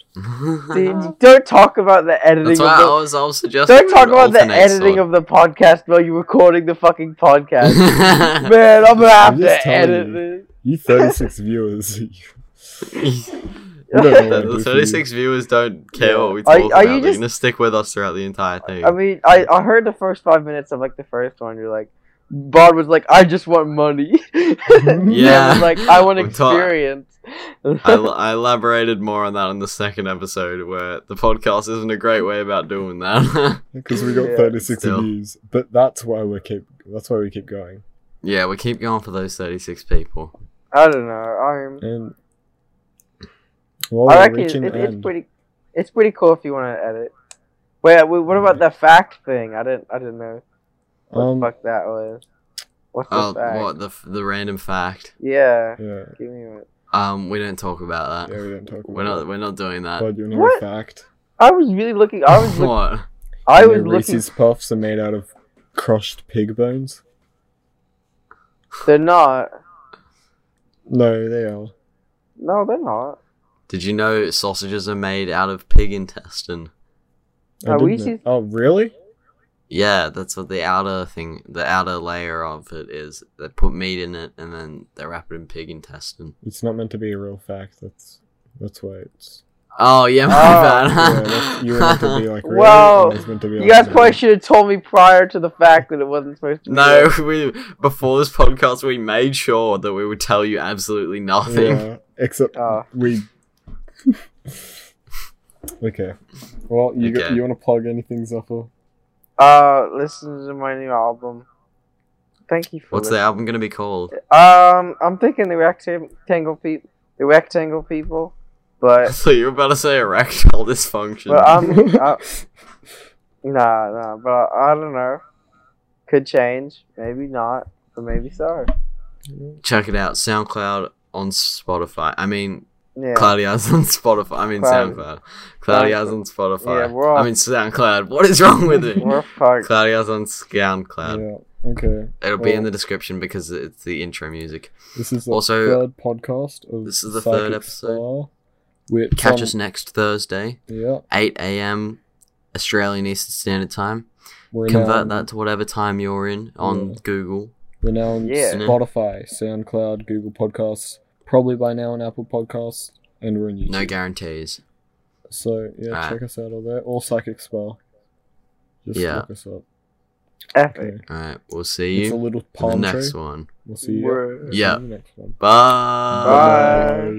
C: dude, don't talk about the editing. Of
A: That's why I
C: the,
A: was, I was suggesting.
C: don't talk
A: we
C: about the
A: alternate
C: editing
A: sort.
C: of the podcast while you're recording the fucking podcast. Man, I'm gonna have
B: I'm
C: to
B: just telling
C: edit this.
B: you. You 36 viewers. you-
A: The-
B: we don't know what to do
A: the
B: for you.
A: 36 viewers don't care what we
C: Are-
A: talk
C: are
A: about.
C: you
A: They're
C: just-
A: gonna stick with us throughout the entire thing.
C: I mean, I, I heard the first five minutes of like the first one. You're like, Bard was like, I just want money. And I was
A: Yeah.
C: like, I want
A: We talk-
C: experience.
A: I, l- I elaborated more on that in the second episode, where the podcast isn't a great way about doing that.
B: Because we got
C: Yeah,
B: 36
A: still.
B: views, but that's why we keep. That's why we keep going.
A: yeah, we keep going for those 36 people.
C: I don't know. I'm.
B: And well,
C: I
B: we're
C: reckon it,
B: reaching
C: it,
B: the
C: it's
B: end.
C: pretty. It's pretty cool if you want to edit. Wait, wait, what about the fact thing? I didn't. I didn't know what
B: Um,
C: the fuck that was. What's the
A: Oh,
C: fact?
A: what the f- the random fact?
C: Yeah.
B: yeah,
C: Give me it.
A: Um, we don't talk about
B: yeah,
A: that.
B: we don't talk
A: We're
B: about
A: not we're not doing
B: it.
A: that.
B: Bud, you know
C: What?
B: a fact?
C: I was really looking. I was. Look,
A: what?
C: I
B: You
C: was
B: know
C: looking.
B: Reese's Puffs are made out of crushed pig bones.
C: They're not.
B: No, they are.
C: No, they're not.
A: Did you know sausages are made out of pig intestine?
B: I
C: Are
B: didn't
C: Reese's-
B: know- Oh, really?
A: Yeah, that's what the outer thing, the outer layer of it is. They put meat in it and then they wrap it in pig intestine.
B: It's not meant to be a real fact. That's that's why it's.
A: Oh yeah, my
C: Oh,
B: Ah, Yeah,
A: bad.
B: that's, you were meant to be like. Really?
C: Wow.
B: and it's meant to be
C: You
B: like,
C: guys
B: no.
C: probably should have told me prior to the fact that it wasn't supposed to. be
A: no, we before this podcast we made sure that we would tell you absolutely nothing.
B: Yeah, except
C: Oh.
B: we. okay. Well, you got-
A: Okay.
B: you want to plug anything, Zephyr?
C: Uh, listen to my new album. Thank you for
A: What's the
C: listening.
A: album gonna be called?
C: Um, I'm thinking the rectangle people, the rectangle people,
A: I
C: but
A: thought you were about to say erectile dysfunction.
C: but um, uh, nah, nah, but I don't know. Could change, maybe not, but maybe so.
A: Check it out, SoundCloud on Spotify. I mean,
C: Yeah,
A: Cloudy's on Spotify. I mean,
C: Cloud-
A: SoundCloud. Cloudy's on Spotify.
C: Yeah, we're all-
A: I mean, SoundCloud. What is wrong with it?
C: we're fucked.
A: Cloudy's on SoundCloud.
B: yeah. Okay.
A: It'll be in
B: Well-
A: the description because it's the intro music.
B: This is the
A: Also,
B: third podcast of
A: this is the
B: Psychic
A: third episode.
B: Star. Which,
A: Catch
B: um,
A: us next Thursday,
B: Yeah.
A: 8 a.m. Australian Eastern Standard Time.
B: We're
A: Convert
B: now,
A: that to whatever time you're in on
B: um, Yeah.
A: Google.
B: We're now on
C: Yeah.
B: Spotify, SoundCloud, Google Podcasts, probably by now on Apple Podcasts, and we're on YouTube.
A: No guarantees.
B: So yeah,
A: Alright.
B: check us out all there. Or Psychic Spa. Just
A: Yeah.
B: look us up.
C: Epic.
B: Okay.
A: All right, we'll see
B: It's a
A: you
B: little
A: in the
B: palm tree.
A: next one.
B: We'll see you.
C: Word.
B: see you
A: Yeah.
B: in the next one.
A: Bye.
C: Bye.